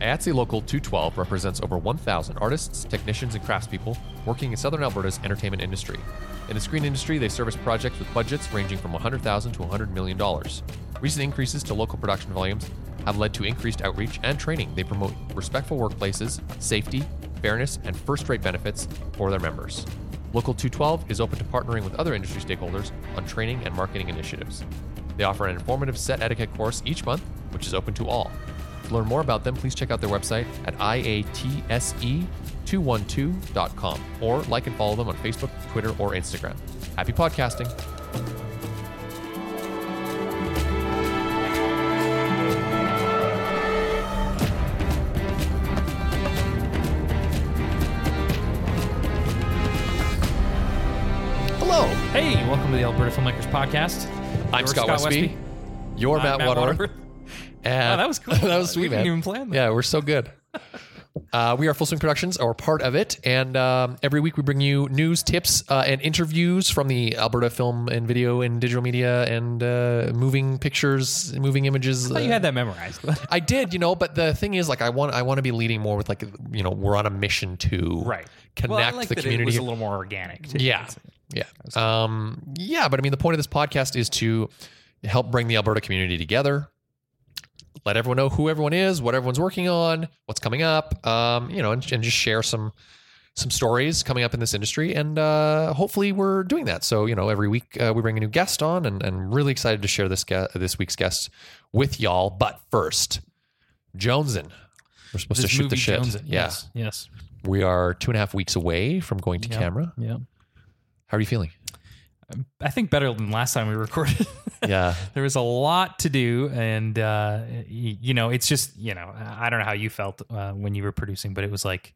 IATSE Local 212 represents over 1,000 artists, technicians, and craftspeople working in Southern Alberta's entertainment industry. In the screen industry, they service projects with budgets ranging from $100,000 to $100 million. Recent increases to local production volumes have led to increased outreach and training. They promote respectful workplaces, safety, fairness, and first rate benefits for their members. Local 212 is open to partnering with other industry stakeholders on training and marketing initiatives. They offer an informative set etiquette course each month, which is open to all. To learn more about them, please check out their website at E iatse212.com or like and follow them on Facebook, Twitter, or Instagram. Happy podcasting. Hello, Hey, welcome to the Alberta Filmmakers Podcast. I'm You're Scott, Westby. You're I'm Matt, Matt Waterworth. Waterworth. And Wow, that was cool. that was We sweet, didn't man. even plan that. Yeah, we're so good. Uh, we are Full Swing Productions, or part of it, and um, every week we bring you news, tips, uh, and interviews from the Alberta film and video and digital media and uh, moving pictures, moving images. I thought you uh, had that memorized. I did, you know, but the thing is, like, I want I want to be leading more with like, you know, we're on a mission to connect well, I like the that community. It was a little more organic. Too. Yeah. Yeah. Um, yeah. But I mean, the point of this podcast is to help bring the Alberta community together, let everyone know who everyone is, what everyone's working on, what's coming up, um, you know, and, and just share some some stories coming up in this industry and uh, hopefully we're doing that so you know every week uh, we bring a new guest on and, and really excited to share this gue- this week's guest with y'all but first jonesin we're supposed This to shoot movie the shit Jones it. yeah Yes. Yes. we are two and a half weeks away from going to Yeah. camera Yeah. how are you feeling I think better than last time we recorded. yeah there was a lot to do, and uh, y- you know, it's just you know, I don't know how you felt uh, when you were producing, but it was like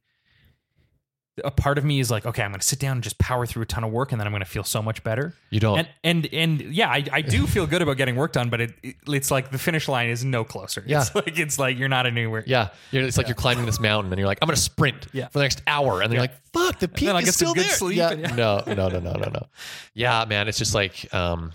a part of me is like, okay, I'm going to sit down and just power through a ton of work, and then I'm going to feel so much better. you don't And and and yeah, I, I do feel good about getting work done, but it, it- it's like the finish line is no closer. Yeah. It's like it's like you're not anywhere. Yeah, you're, it's like you're climbing this mountain, and you're like, I'm gonna sprint Yeah. for the next hour, and then Yeah. you're like, fuck, the peak then I is get some still good there. sleep, yeah. and yeah. No, no, no, no, no, no. Yeah, man, it's just like, um,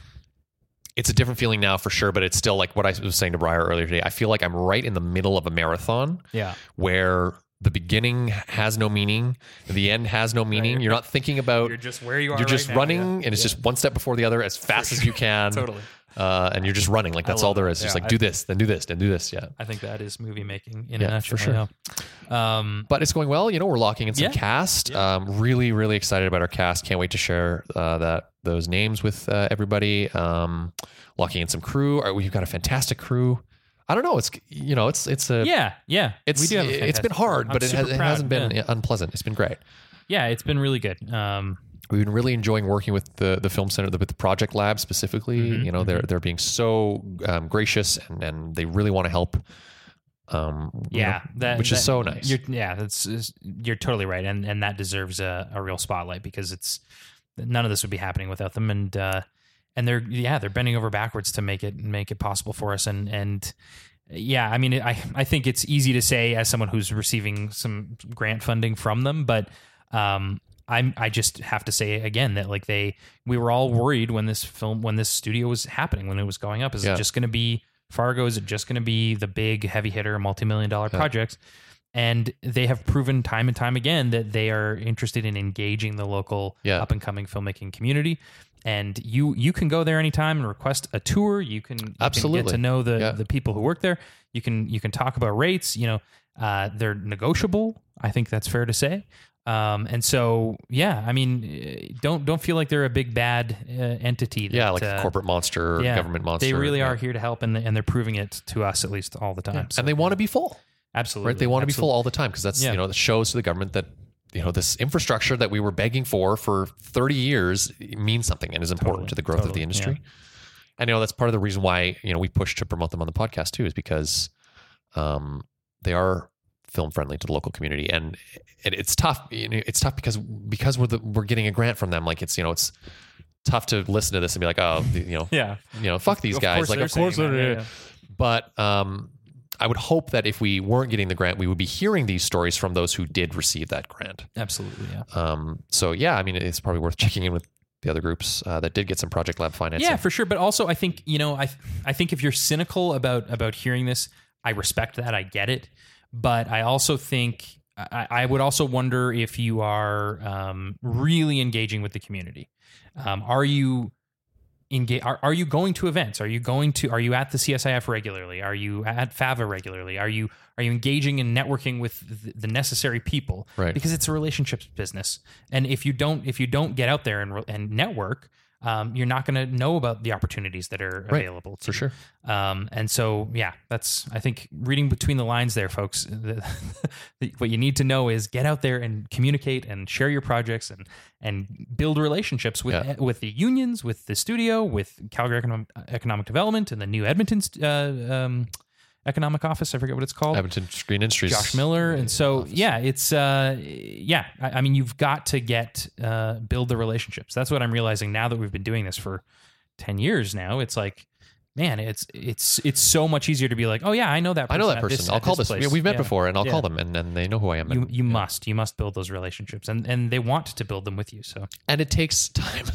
it's a different feeling now for sure, but it's still like what I was saying to Briar earlier today. I feel like I'm right in the middle of a marathon Yeah. where the beginning has no meaning, the end has no meaning. Right. You're not thinking about. You're You're, just where you are. just right now. running, Yeah. and it's just one step before the other as fast as you can. Totally. Uh, and you're just running. Like, that's love all there it. is. Just like, Yeah, I- do this, then do this, then do this. Yeah. I think that is movie making in Yeah, a nutshell. for sure. yeah. Um, but it's going well. You know, we're locking in some Yeah. cast. Um, really, really excited about our cast. Can't wait to share uh, that those names with uh, everybody. Um, locking in some crew. Uh, We've got a fantastic crew. I don't know. It's you know, it's it's a yeah, yeah. it's we do have a it's been fantastic- hard, I'm but it, super has, it proud, hasn't been Yeah. unpleasant. It's been great. Yeah, it's been really good. Um, We've been really enjoying working with the the film center, with the project lab specifically. Mhm, you know, they're they're being so um, gracious and and they really want to help. Um, you yeah, know, that, which is is so nice. You're, yeah, that's is- you're totally right, and and that deserves a, a real spotlight because it's none of this would be happening without them, and uh, and they're yeah they're bending over backwards to make it make it possible for us, and and yeah, I mean I I think it's easy to say as someone who's receiving some grant funding from them, but um. I'm, I just have to say again that like they we were all worried when this film when this studio was happening when it was going up is Yeah. it just going to be Fargo is it just going to be the big heavy hitter multi million dollar Yeah. projects and they have proven time and time again that they are interested in engaging the local Yeah. up and coming filmmaking community and you you can go there anytime and request a tour you can, you can Absolutely. get to know the Yeah. the people who work there you can you can talk about rates you know uh, they're negotiable i think that's fair to say um, and so yeah i mean eh, don't don't feel like they're a big bad uh, entity that, yeah, like a uh, corporate monster, or yeah, government monster. they really yeah. are here to help and, and they're proving it to us at least all the time so, and they want to be full, absolutely right? They want to be absolutely. full all the time because that's Yeah. you know that shows to the government that you know this infrastructure that we were begging for for 30 years means something and is important Totally, to the growth of the totally, industry. And you know that's part of the reason why you know we push to promote them on the podcast too is because um, they are film friendly to the local community and it, it's tough. You know, it's tough because because we're the, we're getting a grant from them. Like it's you know it's tough to listen to this and be like oh you know yeah you know fuck these Of guys course like they're of course saying that, they're- yeah, yeah. but um, I would hope that if we weren't getting the grant, we would be hearing these stories from those who did receive that grant. Absolutely, yeah. Um, so yeah, I mean, it's probably worth checking in with the other groups uh, that did get some project lab financing. Yeah, for sure. But also, I think you know, I I think if you're cynical about about hearing this, I respect that. I get it. But I also think I, I would also wonder if you are um, really engaging with the community. Um, are you engage? Are, are you going to events? Are you going to? Are you at the CSIF regularly? Are you at FAVA regularly? Are you are you engaging and networking with the, the necessary people? Right. Because it's a relationships business, and if you don't if you don't get out there and re- and network. Um, you're not going to know about the opportunities that are Right. available to for you. sure. Um, and so, yeah, that's, I think, reading between the lines there, folks, the, the, what you need to know is get out there and communicate and share your projects and, and build relationships with, Yeah. with the unions, with the studio, with Calgary Economic, Economic Development and the new Edmonton uh, um, Economic Office. I forget what it's called. Edmonton Screen Industries. Josh Miller. And so, Office. yeah, it's, uh, yeah, I, I mean, you've got to get, uh, build the relationships. That's what I'm realizing now that we've been doing this for 10 years now. It's like, man, it's, it's, it's so much easier to be like, oh, yeah, I know that person. I know that at person. this- I'll at call this. place. yeah, we've met Yeah. before, and I'll Yeah. call them, and then they know who I am. You, and, you yeah. must, you must build those relationships and, and they want to build them with you. So, And it takes time.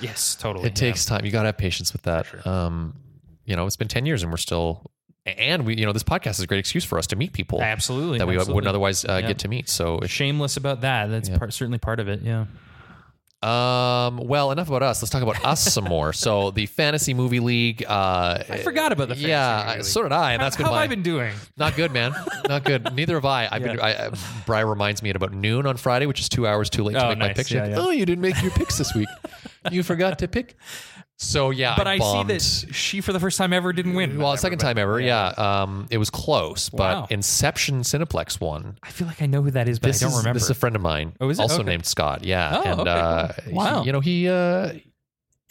yes, totally. It takes time. You got to have patience with that. Um, you know, it's been 10 years and we're still, and we, you know, this podcast is a great excuse for us to meet people Yeah. Absolutely. that we absolutely. wouldn't otherwise uh, Yeah. get to meet. So, it- Shameless about that. That's Yeah. part, certainly part of it. Yeah. um, well, enough about us. Let's talk about us some more. So, the Fantasy Movie League. Uh, I forgot about the Fantasy Yeah, Movie I- League. so did I. And that's How been have my- I been doing? Not good, man. Not good. Neither have I. I've been. Yeah. I, I, Bri reminds me at about noon on Friday, which is two hours too late to Oh, make my nice. picks. Yeah, yeah. Oh, you didn't make your picks this week. you forgot to pick. So yeah, But i I see bombed. that she, for the first time ever, didn't win. Well, second time ever, yeah. Um, it was close, but Wow. Inception Cineplex won. I feel like I know who that is, but This I don't is, remember. This is a friend of mine, Oh, is it? also Okay. named Scott. Yeah, Oh, and okay. uh, he- Wow. you know he uh,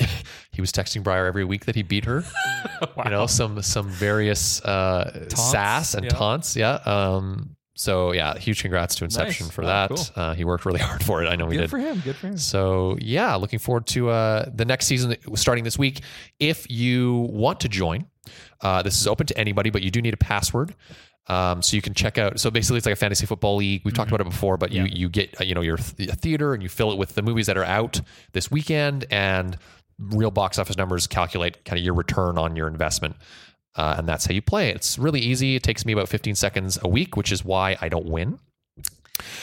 he was texting Briar every week that he beat her. Wow. You know, some some various uh, Taunts, sass and yeah. taunts. Yeah. Um. So yeah, huge congrats to Inception Nice. for Wow, that. cool. Uh, he worked really hard for it. I know he good did. for him. Good for him. So yeah, looking forward to uh, the next season that- starting this week. If you want to join, uh, this is open to anybody, but you do need a password. Um, so you can check out. So basically, it's like a fantasy football league. We've talked about it before, but you Yeah. you get uh, you know your th- theater and you fill it with the movies that are out this weekend, and real box office numbers calculate kind of your return on your investment. Uh, and that's how you play. it. It's really easy. It takes me about 15 seconds a week, which is why I don't win.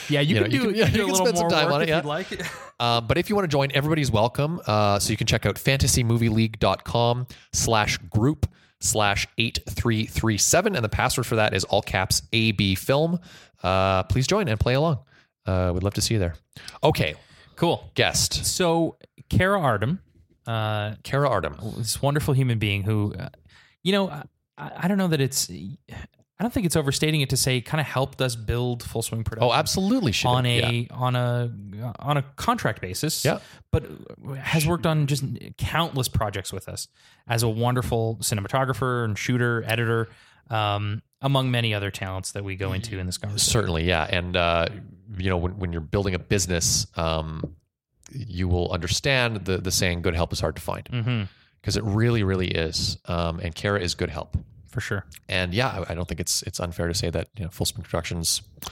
Yeah, you, You can know, you do. can- you yeah, can do you a can little spend some more time work on it, if yeah. you'd like. Uh, but if you want to join, everybody's welcome. Uh, so you can check out fantasymovieleague.com slash group slash 8337. And the password for that is all caps AB film. Uh, please join and play along. Uh, we'd love to see you there. Okay. cool. Guest, So, Kara Artem, uh, Kara Artem. this wonderful human being who, uh, you know, I, I don't know that it's. I don't think it's overstating it to say kind of helped us build Full Swing Productions. Oh, absolutely. She on did. a Yeah. on a on a contract basis. Yeah. But has worked on just countless projects with us as a wonderful cinematographer and shooter, editor, um, among many other talents that we go into in this conversation. Certainly, yeah. And uh, you know, when when you're building a business, um, you will understand the the saying "good help is hard to find" hmm because it really, really is. Um, and Kara is good help. for sure. and yeah, I, I don't think it's it's unfair to say that you know Full Spin Productions, you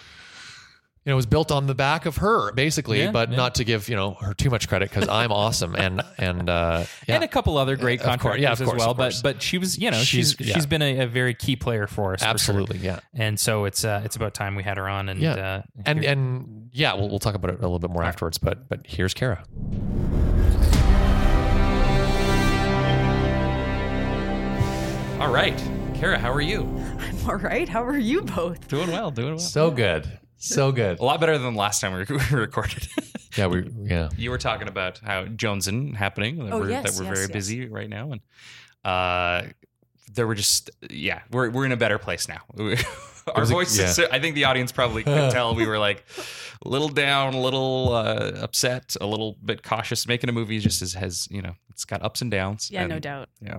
know, was built on the back of her basically, Yeah, but yeah. not to give you know her too much credit because I'm awesome and and uh, yeah, And a couple other great Yeah, of course. contractors Yeah, of course, as well, of but course. but she was you know She's- she's yeah. she's been a, a very key player for us for sure. absolutely, yeah, and so it's uh, it's about time we had her on and Yeah. uh, and here- and yeah, we'll we'll talk about it a little bit more afterwards, but but here's Kara. all right, Kara, how are you? I'm all right. How are you both? Doing well, doing well. So good, so good. A lot better than last time we rec- we recorded. Yeah, we yeah. you were talking about how Joneson happening that Oh, we're, yes, that we're yes, very yes. busy right now, and uh, there were just yeah, we're we're in a better place now. Our was a- voices, I think the audience probably could tell we were like a little down, a little uh, upset, a little bit cautious. Making a movie just as, has you know, it's got ups and downs. Yeah, no and doubt. yeah.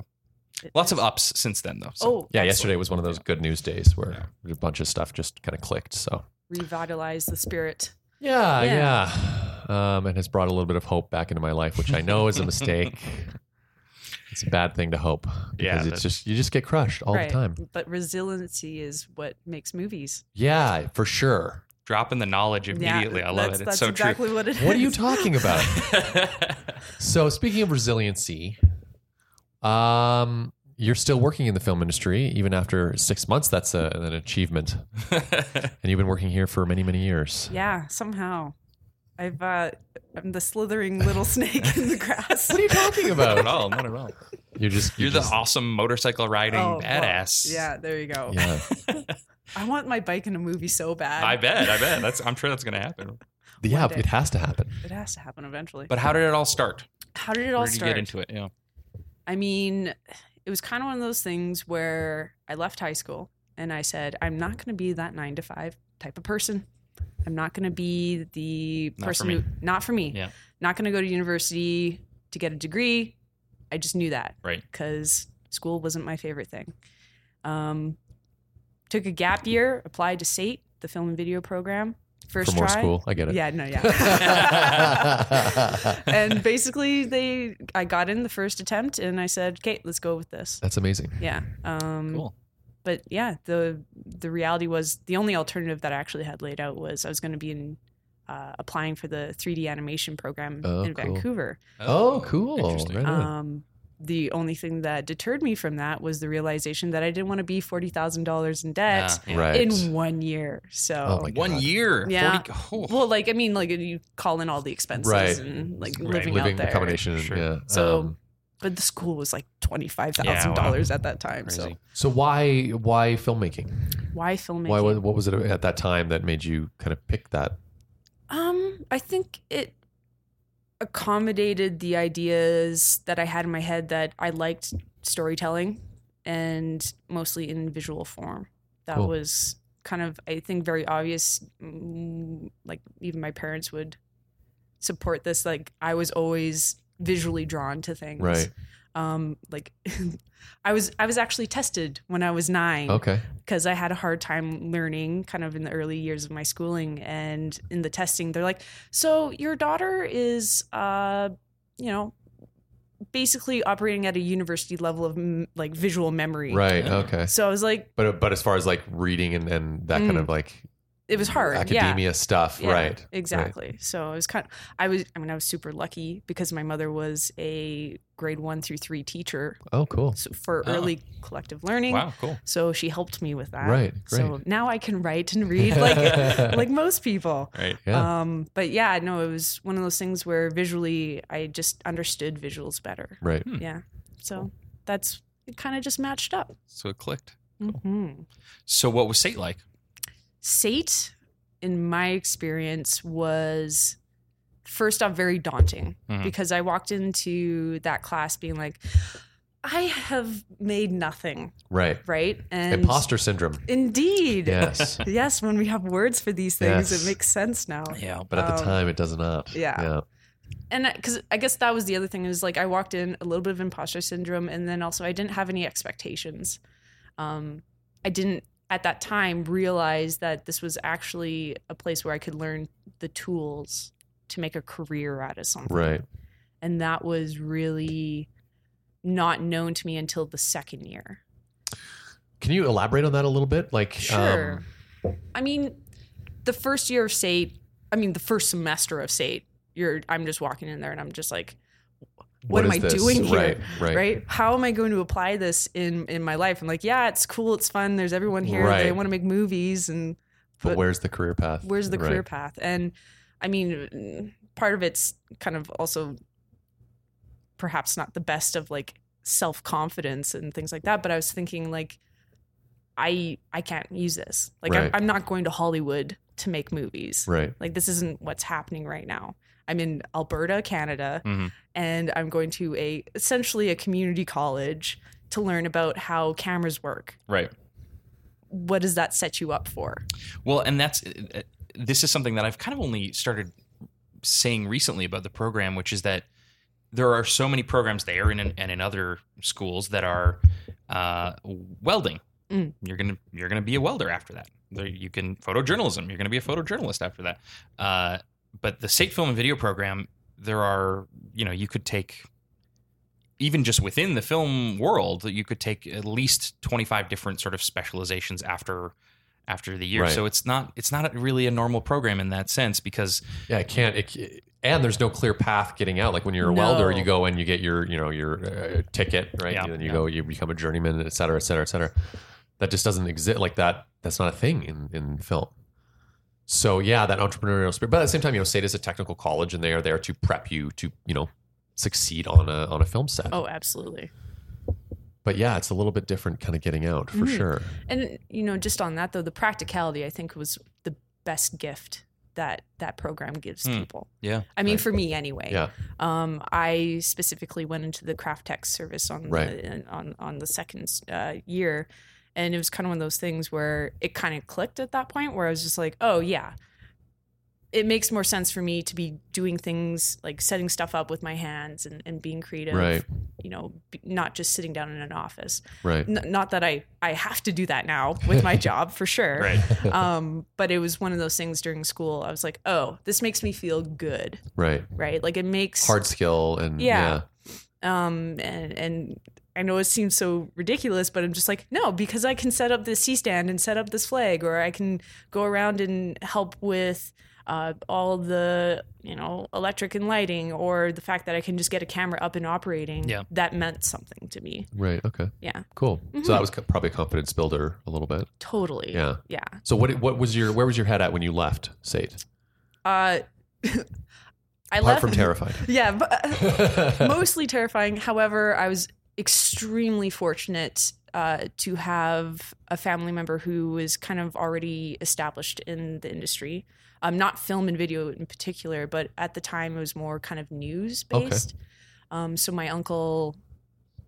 It- Lots of ups since then though. So. oh, Yeah, absolutely. yesterday was one of those good news days where a bunch of stuff just kind of clicked. So revitalize the spirit. Yeah, yeah. Yeah. Um, and has brought a little bit of hope back into my life, which I know is a mistake. it's a bad thing to hope Yeah, because it's that's- just you just get crushed all Right. the time. But resiliency is what makes movies. Yeah, for sure. dropping the knowledge immediately. I love that's, it. It's That's so exactly what it is. What are you talking about? true. so speaking of resiliency, um, You're still working in the film industry even after six months. That's a, an achievement, and you've been working here for many, many years. Yeah, somehow. I've uh, I'm the slithering little snake in the grass. Oh, What are you talking not at about? all. Not at all. You're just You're the just- awesome motorcycle riding Oh, well, badass. yeah, there you go. yeah. I want my bike in a movie so bad. I bet. I bet. That's. I'm sure that's gonna happen. Yeah, day. it has to happen. It has to happen eventually. But how did it all start? How did it all Where did you start? get into it? Yeah. I mean, it was kind of one of those things where I left high school and I said, I'm not going to be that nine to five type of person. I'm not going to be the Not for person me. who, not for me. Yeah. Not going to go to university to get a degree. I just knew that. Right. Because school wasn't my favorite thing. Um, took a gap year, applied to SATE, the film and video program. First for more try. school, I get it. Yeah, no, yeah. and basically, they I got in the first attempt, and I said, "Okay, let's go with this." That's amazing. Yeah. Um, Cool. But yeah, the the reality was the only alternative that I actually had laid out was I was going to be in uh, applying for the 3D animation program Oh, in cool. Vancouver. Oh, cool. Interesting. Right on. Um, the only thing that deterred me from that was the realization that I didn't want to be forty thousand dollars in debt yeah. right. in one year. So Ah, Oh my One God. year. Yeah. 40 oh. well, like I mean, like you call in all the expenses Right. and like Right. living, Living out there. accommodation. Sure. Yeah. So- Um, But the school was like twenty five thousand Yeah, wow. dollars at that time. Crazy. so why why filmmaking? So why filmmaking? Why what was it at that time that made you kind of pick that? Um, I think it accommodated the ideas that I had in my head that I liked storytelling and mostly in visual form. That Cool. was kind of, I think, very obvious. Mm, Like, even my parents would support this. Like, I was always visually drawn to things. Right. Um, like, I was I was actually tested when I was nine Okay. because I had a hard time learning kind of in the early years of my schooling and in the testing. They're like, so your daughter is, uh, you know, basically operating at a university level of m- like visual memory. Right. Okay. So I was like, But but as far as like reading and, and that kind Mm. of like it was hard. yeah. academia stuff, Yeah, right? Exactly. So I was kind of, I was, I mean, I was super lucky because my mother was a grade one through three teacher Oh, cool. so for Oh. early collective learning. Wow. Cool. So she helped me with that. Right. Great. So now I can write and read like like most people. Right. yeah. Um, but yeah, no, it was one of those things where visually I just understood visuals better. right. Yeah. So that's it kind of just matched up. So it clicked. hmm So what was Sate like? SATE, in my experience, was first off very daunting Mm-hmm. Mhm. because I walked into that class being like, I have made nothing, Right. right? And Imposter syndrome. Indeed. Yes. Yes, when we have words for these things, Yes. it makes sense now. Yeah. But at the Um, time it does not. yeah. Yeah. and because I guess that was the other thing is like I walked in a little bit of imposter syndrome, and then also I didn't have any expectations. Um, I didn't at that time realize that this was actually a place where I could learn the tools to make a career out of something, Right. and that was really not known to me until the second year. Can you elaborate on that a little bit? Like Sure. um I mean, the first year of SATE, I mean, the first semester of SATE, you're I'm just walking in there and I'm just like, What am is I doing here? Right, right. right. How am I going to apply this in in my life? I'm like, yeah, it's cool, it's fun. There's everyone here. They Right. want to make movies, and But, But- where's the career path? where's the Right. career path? And I mean, mm, part of it's kind of also perhaps not the best of like self confidence and things like that. But I was thinking like, I I can't use this. Like Right. I'm, I'm not going to Hollywood to make movies. Right. Like this isn't what's happening right now. I'm in Alberta, Canada, Mm-hmm. Mhm. and I'm going to a essentially a community college to learn about how cameras work. Right. What does that set you up for? Well, and that's uh, this is something that I've kind of only started saying recently about the program, which is that there are so many programs there and in, and in other schools that are uh, welding. Mm. You're gonna you're gonna be a welder after that. There, you can photojournalism. You're gonna be a photojournalist after that. Uh, but the state film and video program, there are you know you could take even just within the film world, you could take at least 25 different sort of specializations after after the year. Right. So it's not it's not really a normal program in that sense because Yeah, it can't. It, c- and there's no clear path getting out. Like when you're a welder, No. you go and you get your, you know, your uh, ticket, right? Yeah, and then you yeah. go, you become a journeyman, et cetera, et cetera, et cetera. That just doesn't exist. Like that, that's not a thing in in film. So yeah, that entrepreneurial spirit. But at the same time, you know, State is a technical college, and they are there to prep you to, you know, succeed on a on a film set. Oh, absolutely. But yeah, it's a little bit different, kind of getting out for Mhm. sure. And you know, just on that though, the practicality I think was the best gift that that program gives Hmm. people. yeah. I mean, Right. for me anyway. Yeah. Um, I specifically went into the craft tech service on Right. the, in- on on the second uh, year, and it was kind of one of those things where it kind of clicked at that point where I was just like, oh yeah, it makes more sense for me to be doing things like setting stuff up with my hands and, and being creative. Right. You know, be, not just sitting down in an office. Right. N- not that I I have to do that now with my job for sure. Right. Um, but it was one of those things during school. I was like, oh, this makes me feel good, Right. right? Like it makes Hard skill and yeah. Yeah. um and and I know it seems so ridiculous, but I'm just like, no, because I can set up this C stand and set up this flag, or I can go around and help with uh, all the you know electric and lighting, or the fact that I can just get a camera up and operating. Yeah. that meant something to me. Right. Okay. Yeah, Cool. Mhm. So that was co- probably a confidence builder a little bit. totally. Yeah. yeah. So what what was your where was your head at when you left Sate? Uh, I Apart left from terrified. Yeah, but, mostly terrifying. However, I was extremely fortunate uh, to have a family member who was kind of already established in the industry. Um, not film and video in particular, but at the time it was more kind of news Okay. based. Um, so my uncle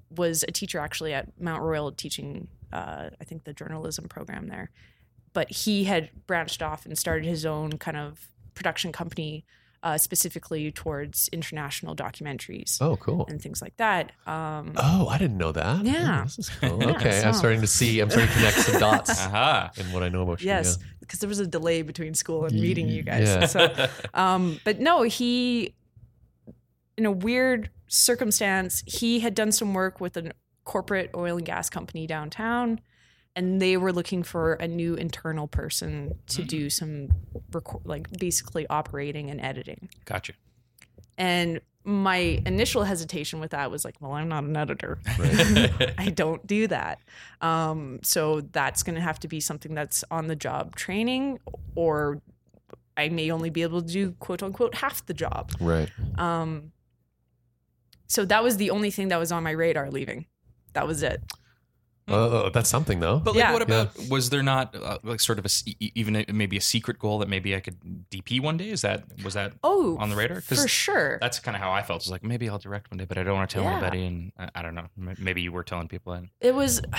was a teacher actually at Mount Royal teaching, uh, I think, the journalism program there. But he had branched off and started his own kind of production company uh, specifically towards international documentaries oh, cool. and things like that. Um, Oh, I didn't know that. Yeah. Yeah, this is cool. Yeah, okay, I'm so- starting to see. I'm starting to connect some dots Aha. in what I know about you. yes, because there was a delay between school and meeting you guys. Yeah. So, um, but no, he, in a weird circumstance, he had done some work with a corporate oil and gas company downtown, and they were looking for a new internal person to Mm. do some, record, like basically operating and editing. Gotcha. And my initial hesitation with that was like, well, I'm not an editor. I don't do that. Um, so that's going to have to be something that's on the job training, or I may only be able to do quote unquote half the job. Yeah. Right. Um, so that was the only thing that was on my radar leaving. That was it. Oh, that's something though. But like, Yeah. what about was there not uh, like sort of a s- e- e- even a, maybe a secret goal that maybe I could DP one day? Is that was that Oh, on the radar? for sure. that's kind of how I felt. It's like maybe I'll direct one day, but I don't want to tell Yeah. anybody. And uh, I, I don't know. M- Maybe you were telling people. And It was.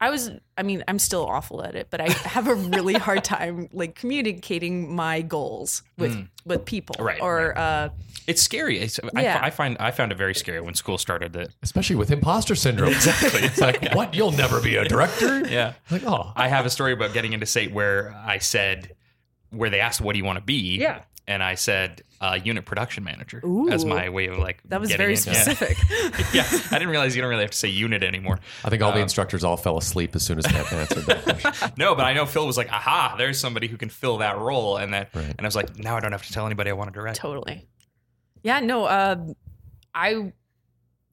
I was. I mean, I'm still awful at it, but I have a really hard time like communicating my goals with Mm. with people Right, or uh, it's scary. It's, I, Yeah. I find I found it very scary when school started. That Especially with imposter syndrome. Exactly. it's like what? You'll never be a director. yeah. Like oh, I have a story about getting into state where I said, where they asked, "What do you want to be?" Yeah. and I said, uh, "Unit production manager" as Ooh. my way of like. that was getting very in. Yeah. specific. yeah, I didn't realize you don't really have to say unit anymore. I think all Uh, the instructors all fell asleep as soon as Matt answered that question. No, but I know Phil was like, "Aha, there's somebody who can fill that role," and that, Right. and I was like, "Now I don't have to tell anybody I want to direct." Totally. Yeah, no, um I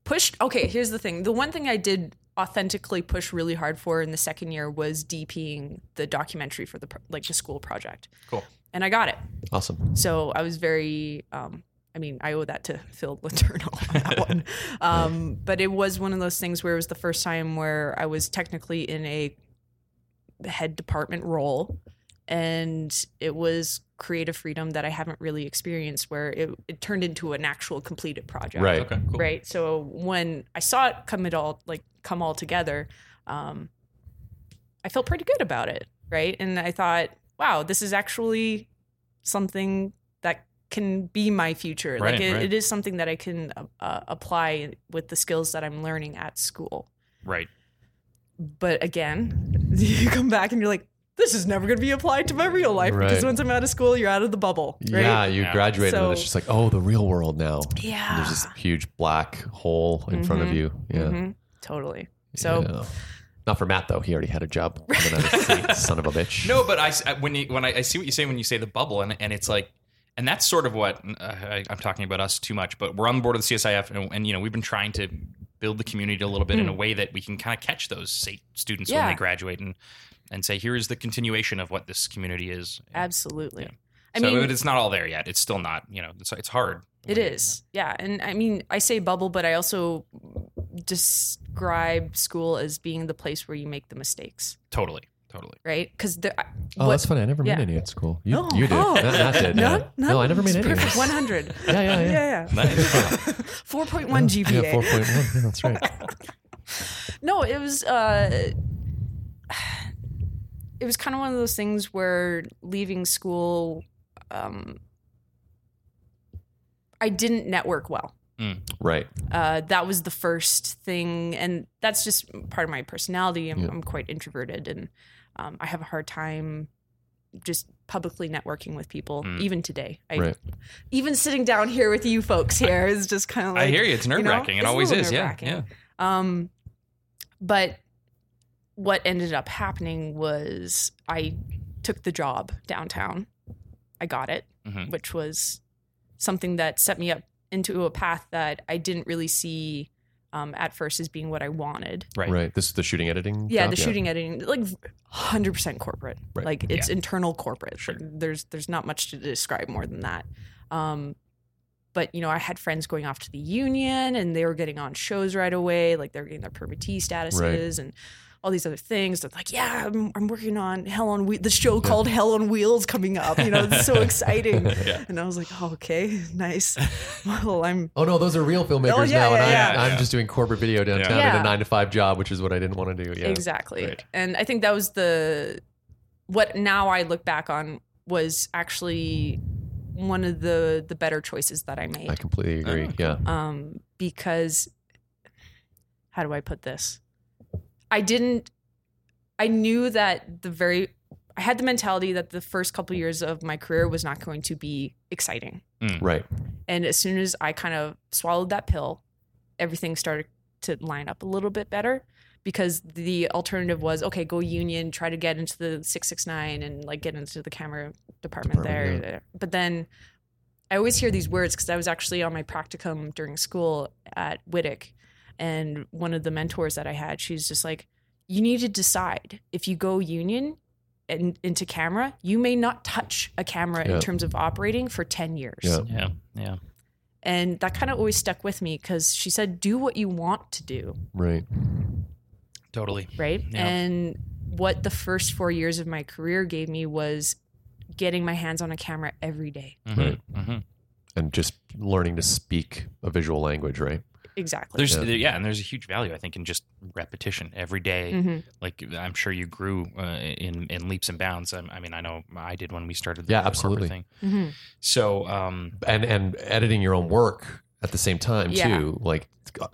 pushed. Okay, here's the thing. The one thing I did authentically push really hard for in the second year was DPing the documentary for the pro- like the school project. Cool. And I got it. Awesome. So I was very, um, I mean, I owe that to Phil Letourneau on that one. Um, but it was one of those things where it was the first time where I was technically in a head department role. And it was creative freedom that I haven't really experienced where it, it turned into an actual completed project Right. Okay. Cool. right so when i saw it come it all like come all together um i felt pretty good about it right and i thought wow this is actually something that can be my future Right, like it, right. it is something that i can uh, uh, apply with the skills that i'm learning at school Right. but again you come back and you're like this is never going to be applied to my real life because Right. once i'm out of school you're out of the bubble right Yeah, you Yeah. graduated, and it's So- just like oh, the real world now. And yeah There's this huge black hole in front of Mhm. you. Yeah. Mhm. totally So- Yeah. Not for Matt though. He already had a job. coming out of state, Son of a bitch. No, but I s- I- when you, when I, I see what you say when you say the bubble, and and it's like, and that's sort of what uh, I, I'm talking about us too much. But we're on the board of the CSIF, and, and you know we've been trying to build the community a little bit in a way that we can kind of catch those say, students when Hmm. Yeah. they graduate and and say here is the continuation of what this community is. Absolutely. Yeah. I so mean, but it's not all there yet. It's still not. You know, it's it's hard. It is, yeah. And I mean, I say bubble, but I also describe school as being the place where you make the mistakes, Totally, totally. right? Because the Oh, what- that's funny. I never made yeah. any at school. You, No. you did. Oh. Matt, Matt did. yeah. None? None? No, I never made It's any. Perfect. One hundred. Yeah, yeah, yeah. yeah, yeah. Nice. Four point one GPA. Yeah, four point one. Yeah, that's right. No, it was uh it was kind of one of those things where leaving school um I didn't network well. right. Uh that was the first thing and that's just part of my personality. I'm, Yeah. I'm quite introverted and um, I have a hard time just publicly networking with people Mm. even today. I, Right. Even sitting down here with you folks here is just kind of like I hear you. It's nerve wracking. it's it a always little is. Yeah, nerve-wracking. yeah. Um, but what ended up happening was I took the job downtown. I got it, Mhm. which was something that set me up into a path that I didn't really see um, at first as being what I wanted. Right. Right. This is the shooting editing. Yeah, job? the shooting editing, like 100% corporate. Right. Like it's internal corporate. Sure. There's there's not much to describe more than that. Um, but you know, I had friends going off to the union, and they were getting on shows right away. Like they were getting their permittee statuses and all these other things. They're like, yeah, I'm, I'm working on Hell on Wheels, the show called Hell on Wheels coming up. You know, it's so exciting. Yeah. And I was like, oh, okay, nice. Well, I'm Oh no, those are real filmmakers Oh, yeah, now, and yeah, I'm, yeah. I'm just doing corporate video downtown Yeah. at a nine to five job, which is what I didn't want to do. Yeah. exactly right. and i think that was the what now i look back on was actually one of the the better choices that i I made completely agree. Oh. Yeah. um because how do i put this i didn't i knew that the very i had the mentality that the first couple years of my career was not going to be exciting Right. and as soon as I kind of swallowed that pill, everything started to line up a little bit better because the alternative was okay, go union, try to get into the 669 and like get into the camera department, Department, there. But then I always hear these words because I was actually on my practicum during school at Whittick. And one of the mentors that I had, she's just like, you need to decide if you go union and into camera, you may not touch a camera Yeah. in terms of operating for 10 years. Yeah. Yeah, yeah. And that kind of always stuck with me because she said, do what you want to do, Right. Totally. right? Yeah. And what the first four years of my career gave me was getting my hands on a camera every day. Mhm, Right. mhm. And just learning to speak a visual language. Right. Exactly. There's Yeah. there- yeah, and there's a huge value I think in just repetition every day. Mhm. Like I'm sure you grew uh, in in leaps and bounds. I, I mean, I know I did when we started. Yeah, corporate absolutely. Thing. Mhm. So um, And and editing your own work at the same time Yeah. too, like it's got-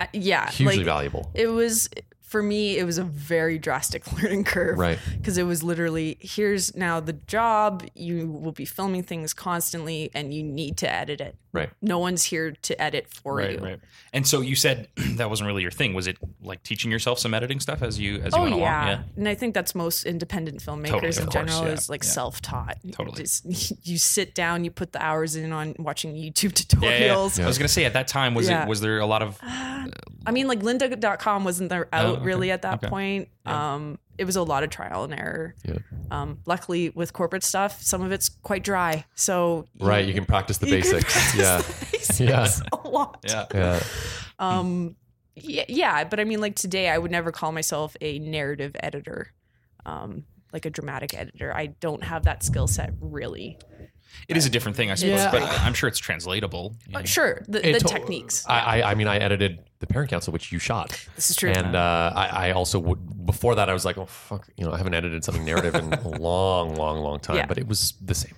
Uh, yeah. hugely like, valuable. It was, for me, it was a very drastic learning curve. Right. because it was literally here's now the job you will be filming things constantly and you need to edit it Right. no one's here to edit for you And so you said that wasn't really your thing. Was it like teaching yourself some editing stuff as you as you oh went yeah. along? and i think that's most independent filmmakers Totally, in of course, general yeah, is like yeah. self-taught Totally. you, just, you sit down you put the hours in on watching youtube tutorials Yeah. I was gonna say at that time was Yeah. it was there a lot of i mean like lynda.com wasn't there out Oh, okay, really at that okay. point Yeah. um it was a lot of trial and error Yeah. um luckily with corporate stuff some of it's quite dry so Right. You can practice the you can basics. practice Yeah. the basics Yeah. a lot yeah Yeah. Um, yeah, yeah, but I mean, like today, I would never call myself a narrative editor, um, like a dramatic editor. I don't have that skill set really. it is a different thing I suppose Yeah. but I'm sure it's translatable you But know. sure, the, It the to- techniques. I, I I mean I edited the Parent Council, which you shot. this is true. And uh, I, I also would before that I was like, oh fuck, you know, I haven't edited something narrative in a long, long, long time. Yeah. But it was the same.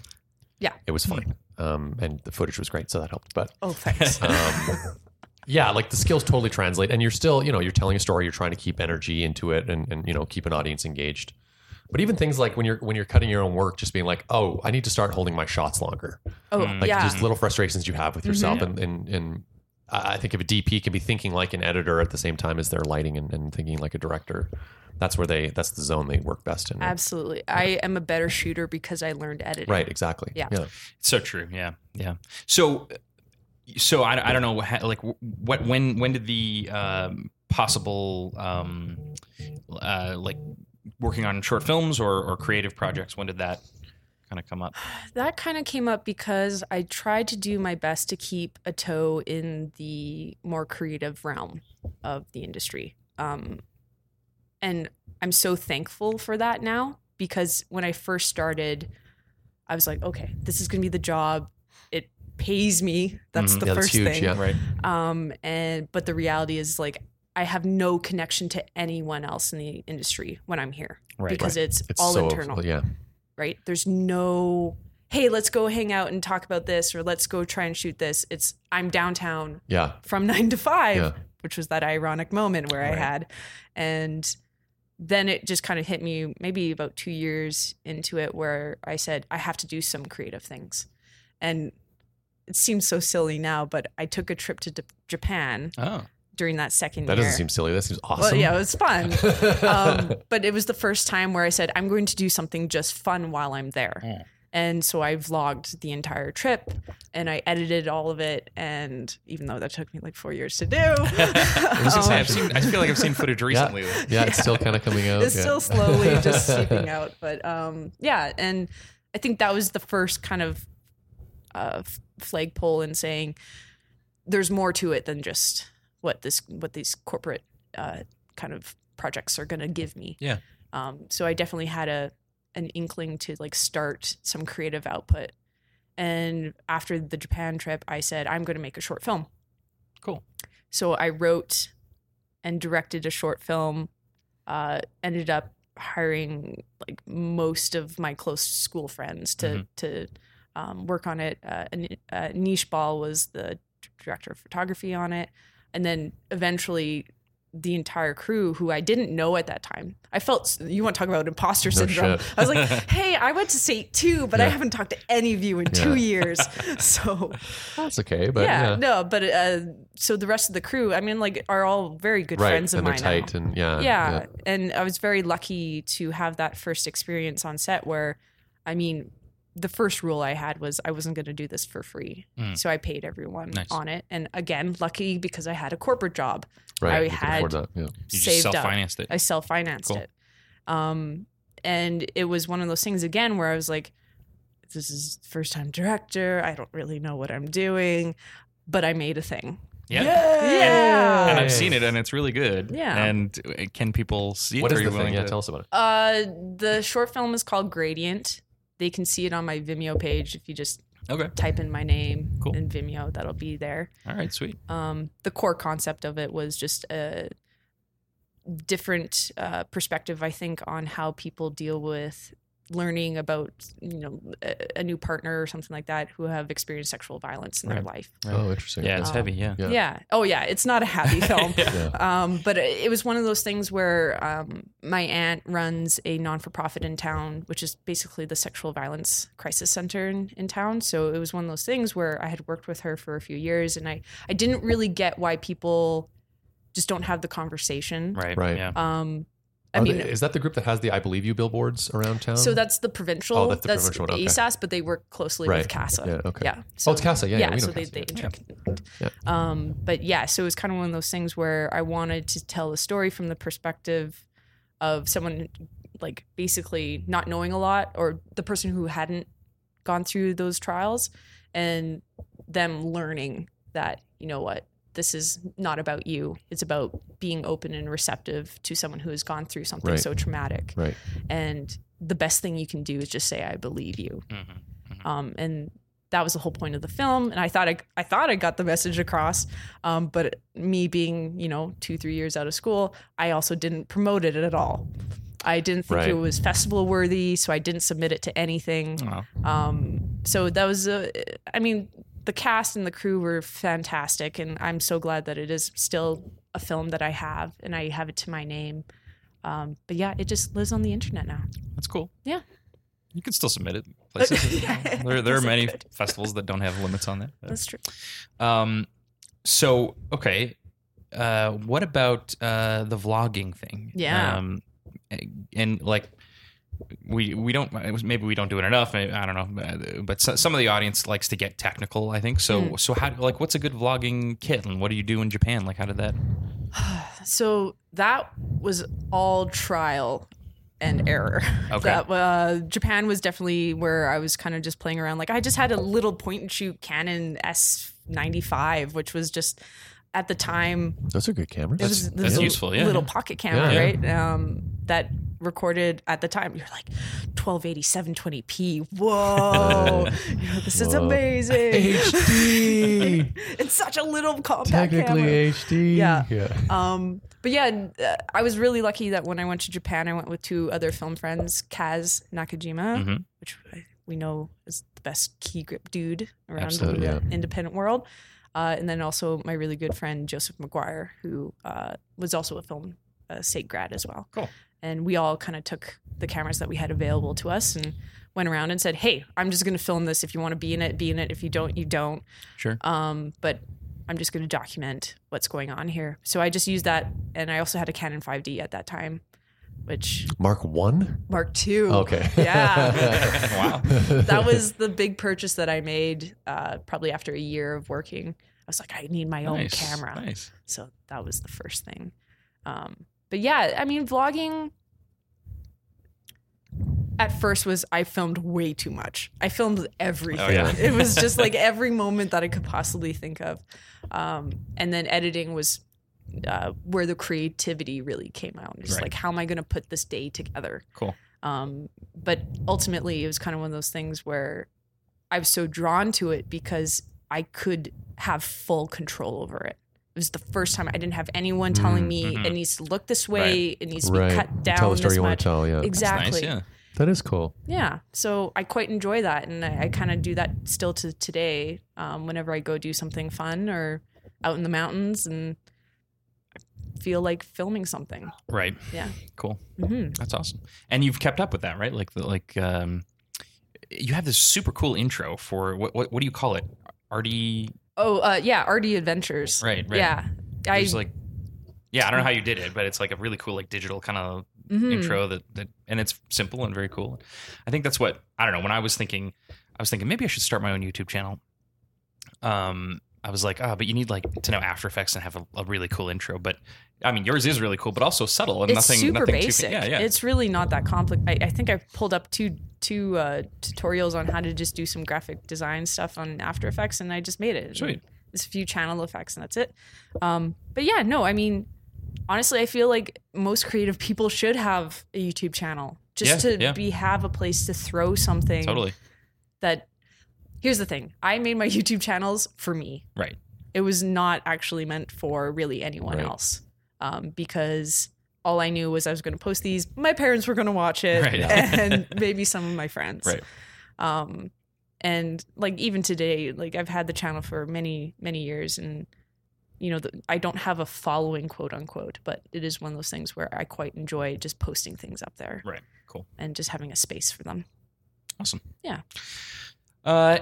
Yeah. it was fun, um, and the footage was great, so that helped. But oh, thanks. um, yeah, like the skills totally translate, and you're still, you know, you're telling a story, you're trying to keep energy into it, and and you know, keep an audience engaged. But even things like when you're when you're cutting your own work, just being like, oh, I need to start holding my shots longer. Oh, Mm. Like yeah. Mm-hmm. just little frustrations you have with yourself, and, and and I I think if a DP can be thinking like an editor at the same time as they're lighting and, and thinking like a director, that's where they that's the zone they work best in. Absolutely. I am a better shooter because I learned editing. Right, exactly. Yeah. So true. Yeah. Yeah. So, so I, I don't know how, like what when when did the um, possible um, uh, like working on short films or or creative projects when did that kind of come up? That kind of came up because I tried to do my best to keep a toe in the more creative realm of the industry. Um, and I'm so thankful for that now because when I first started, I was like, okay, this is going to be the job. It pays me. That's Mhm. the Mm-hmm. Yeah, first that's huge. thing. Yeah. Right. Um, and but the reality is like I have no connection to anyone else in the industry when I'm here Right. because it's, It's all so internal yeah. right? There's no, hey, let's go hang out and talk about this or let's go try and shoot this. It's I'm downtown Yeah. from nine to five, Yeah. which was that ironic moment where I Right. had. And then it just kind of hit me maybe about two years into it where I said, I have to do some creative things. And it seems so silly now, but I took a trip to D- Japan Oh. during that second That year. doesn't seem silly. That seems awesome. Well, yeah, it was fun um, but it was the first time where I said, I'm going to do something just fun while I'm there. Mm. And so I vlogged the entire trip and I edited all of it. And even though that took me like four years to do, I, Oh. was gonna say, I've Um, seen, I feel like I've seen footage recently. yeah, it's still kind of coming out. it's yeah. still slowly just seeping out. But um, yeah, and I think that was the first kind of uh, f- flagpole in saying there's more to it than just what this what these corporate uh, kind of projects are going to give me. Yeah. Um, so I definitely had a an inkling to like start some creative output. And after the Japan trip, I said I'm going to make a short film. Cool. So I wrote and directed a short film. Uh, ended up hiring like most of my close school friends Mm-hmm. to Mhm. to um, work on it. Uh, and, uh, Nish Ball was the director of photography on it, and then eventually the entire crew who I didn't know at that time. I felt you want to talk about imposter No syndrome. shit. I was like, hey, I went to state two, but I Yeah. haven't talked to any of you in two Yeah. years. So That's okay, but yeah, yeah, no, but uh, so the rest of the crew, I mean, like, are all very good right. friends of and mine. they're now. tight, and yeah, yeah, and I was very lucky to have that first experience on set where, I mean, the first rule I had was I wasn't going to do this for free, Mm. so I paid everyone Nice. on it. And again, lucky because I had a corporate job, right. I you can had- afford that. Yeah. You just saved up. self-financed it. I self financed Cool. it. Um, and it was one of those things again where I was like, this is first time director. I don't really know what I'm doing, but I made a thing. yeah. Yeah. And I've seen it, and it's really good. Yeah. And uh, can people see it? What Are is you the willing thing? Yeah, to- tell us about it. Uh, the short film is called Gradient. They can see it on my Vimeo page if you just Okay. type in my name Cool. in Vimeo. That'll be there. All right. Sweet. Um, the core concept of it was just a different uh, perspective, I think, on how people deal with learning about you know a, a new partner or something like that who have experienced sexual violence in their life. Right. Oh, interesting. Yeah, it's Um, heavy. Yeah. Yeah. Yeah. Oh yeah, it's not a happy film. Yeah. Um, but it it was one of those things where um, my aunt runs a non for profit in town, which is basically the sexual violence crisis center in, in town. So it was one of those things where I had worked with her for a few years and I, I didn't really get why people just don't have the conversation. Right. Right. Yeah. Um, I Are mean, they- Oh, is that the group that has the "I believe you" billboards around town? so that's the provincial, Oh, that's that's, the provincial one, okay. ASAS, but they work closely Right. with CASA. yeah, okay. Yeah. oh, it's Casa. Yeah, yeah. we so know they, Casa. they Yeah. interconnect. Yeah. Um, but yeah, so it was kind of one of those things where I wanted to tell the story from the perspective of someone like basically not knowing a lot or the person who hadn't gone through those trials and them learning that, you know what, this is not about you. It's about being open and receptive to someone who has gone through something Right. so traumatic. Right. And the best thing you can do is just say, I believe you Mhm. um, and that was the whole point of the film. And I thought I, I thought I got the message across, um, but me being you know two three years out of school, I also didn't promote it at all. I didn't think Right. it was festival worthy, so I didn't submit it to anything. Wow. Um, so that was a, I mean, the cast and the crew were fantastic, and I'm so glad that it is still a film that I have and I have it to my name. Um, but yeah, it just lives on the internet now. That's cool. Yeah. You can still submit it. Places. Yeah, I there, there are guess I many could. festivals that don't have limits on that. That's true. Um, So okay, uh, what about uh, the vlogging thing? Yeah. um, and, and, like we we don't maybe we don't do it enough. I I don't know, but so, some of the audience likes to get technical. I think so. Mm. So how like what's a good vlogging kit and what do you do in Japan? Like how did that? So that was all trial and error. Okay. That, uh, Japan was definitely where I was kind of just playing around. Like I just had a little point and shoot Canon S95, which was just at the time Those are good cameras. it was this that's little- useful, yeah. little pocket camera, Yeah. right? Um, that recorded at the time. You're like 1280 720p. Whoa, you know, this is Whoa. amazing. HD. it's such a little compact Technically camera. HD. Yeah. yeah. Um, but yeah, uh, I was really lucky that when I went to Japan, I went with two other film friends, Kaz Nakajima, Mm-hmm. Mhm. which I- we know is the best key grip dude around Absolutely, the yeah. independent world, uh, and then also my really good friend Joseph McGuire, who uh, was also a film uh, state grad as well. Cool. And we all kind of took the cameras that we had available to us and went around and said, "Hey, I'm just going to film this. If you want to be in it, be in it. If you don't, you don't." Sure. um, but I'm just going to document what's going on here. So I just used that, and I also had a Canon 5D at that time, which Mark one. Mark II. Okay. Yeah. Wow. that was the big purchase that I made. Uh, probably after a year of working, I was like, I need my own Nice, camera. Nice. So that was the first thing. Um, but yeah, I mean, vlogging at first was I filmed way too much. I filmed everything. Oh, yeah. It was just like every moment that I could possibly think of. Um, and then editing was uh, where the creativity really came out. It's Right. like, how am I going to put this day together? Cool. Um, but ultimately, it was kind of one of those things where I was so drawn to it because I could have full control over it. It was the first time I didn't have anyone telling me Mhm. it needs to look this way, it needs to right. be cut down tell the story this you want much. to tell. Yeah. That's Exactly. nice. Yeah. That is cool. Yeah. So I quite enjoy that. And I, I kind of do that still to today um, whenever I go do something fun or out in the mountains and feel like filming something. Right. Yeah. Cool. hmm That's awesome. And you've kept up with that, right? Like the like um you have this super cool intro for what what, what do you call it? RD Oh, uh, yeah. RD Adventures. Right, right. Yeah. I, There's like yeah, I don't know how you did it, but it's like a really cool like digital kind of mhm. intro that, that and it's simple and very cool. I think that's what I don't know. When I was thinking, I was thinking maybe I should start my own YouTube channel. Um, I was like, oh, but you need like to know After Effects and have a, a really cool intro. But I mean, yours is really cool, but also subtle and it's nothing, super nothing basic. Too, yeah, yeah. It's really not that complicated. I, I think I pulled up two two uh, tutorials on how to just do some graphic design stuff on After Effects, and I just made it. Sweet. It's a few channel effects, and that's it. Um, but yeah, no, I mean, honestly, I feel like most creative people should have a YouTube channel just Yeah, to yeah. be have a place to throw something totally that. Here's the thing: I made my YouTube channels for me right. it was not actually meant for really anyone Right. else um, because all I knew was I was going to post these. My parents were going to watch it, Right. and maybe some of my friends. Right. Um, and like even today, like I've had the channel for many many years, and you know the, I don't have a following, quote unquote, but it is one of those things where I quite enjoy just posting things up there Right. Cool. and just having a space for them. Awesome. Yeah. Uh,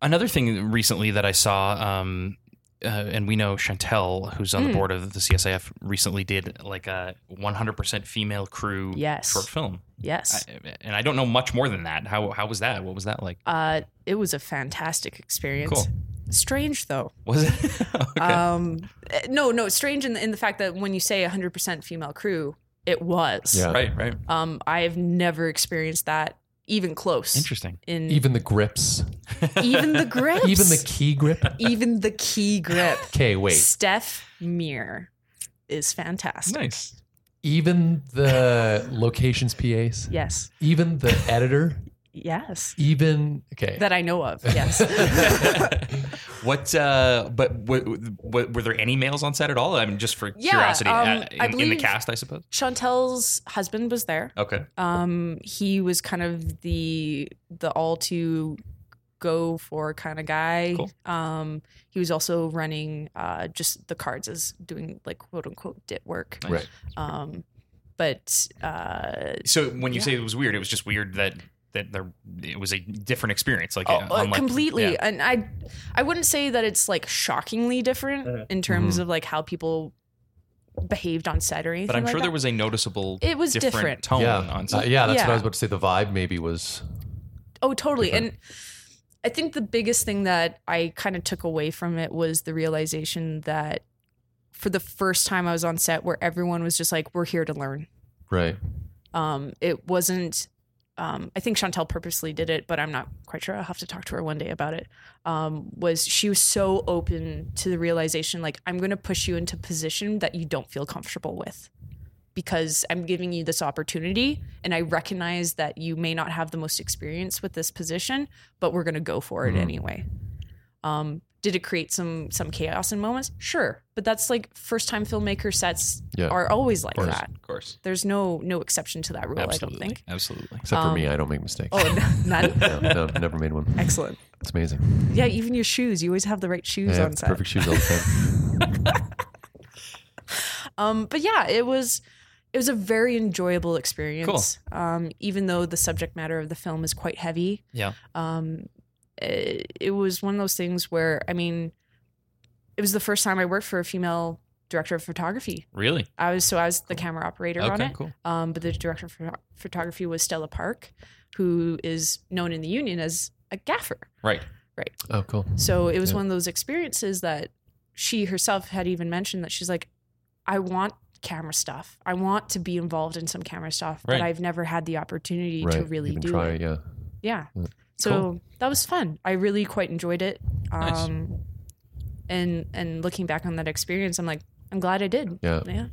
another thing recently that I saw, um, uh, and we know Chantel, who's on the Mm. board of the CSIF, recently did like a 100% female crew Yes. short film. I, Yes. and I don't know much more than that. How how was that? What was that like? uh, it was a fantastic experience. Cool. Strange though. Was it? okay. Um, eh, no, no, strange in the, in the fact that when you say 100% female crew, it was. Yeah. right, right. Um, I've never experienced that even close. Interesting. In even, Even the grips. the grips. Even the key grip. even the key grip. Okay, wait. Steph Mir is fantastic. Nice. Even the locations PAs. Yes. Even the editor. Yes. Even okay. That I know of. Yes. what? Uh, but w- w- w- were there any males on set at all? I mean, just for Yeah, curiosity, um, uh, in, I in the believe- cast, I suppose. Chantel's husband was there. Okay. Um, he was kind of the the all to go for kind of guy. Cool. Um, he was also running uh, just the cards as doing like quote unquote dit work. Nice. Right. Um, but uh, So when you Yeah. say it was weird, it was just weird that that there it was a different experience. Like Oh, yeah, uh, unlike- completely. yeah. And I I wouldn't say that it's like shockingly different Uh-huh. in terms of like how people behaved on set or Mm-hmm. anything. But I'm like sure that. there was a noticeable It was different, different. tone yeah, on Uh, yeah, that's what Yeah. I was about to say. The vibe maybe was Oh, totally. And I think the biggest thing that I kind of took away from it was the realization that for the first time I was on set where everyone was just like, we're here to learn. right. Um, it wasn't, um, I think Chantel purposely did it, but I'm not quite sure. I'll have to talk to her one day about it. Um, was she was so open to the realization, like, I'm going to push you into position that you don't feel comfortable with because I'm giving you this opportunity and I recognize that you may not have the most experience with this position, but we're going to go for it Mhm. anyway. Um, did it create some some chaos in moments? Sure, but that's like first time filmmaker sets Yeah. are always like course. that. Of course. There's no no exception to that rule. Absolutely. I don't think. Absolutely. Except for Um, me, I don't make mistakes. Oh, none. no, no, I've never made one. Excellent. It's amazing. Yeah, even your shoes. You always have the right shoes Yeah, on set. perfect shoes all the time. Um, but yeah, it was it was a very enjoyable experience. Um, even though the subject matter of the film is quite heavy. Yeah. Um, it, it was one of those things where I mean, it was the first time I worked for a female director of photography. Really? I was so I was the camera operator on Okay, it. cool. Um, but the director of photo- photography was Stella Park, who is known in the union as a gaffer. Right. Oh, cool. So it was Yeah. one of those experiences that she herself had even mentioned that she's like, I want camera stuff. I want to be involved in some camera stuff, Right. but I've never had the opportunity Right. to really Even do try, it. Yeah. Yeah. Yeah. So that was fun. I really quite enjoyed it. Um Nice. and and looking back on that experience, I'm like, I'm glad I did. Yeah. Yeah.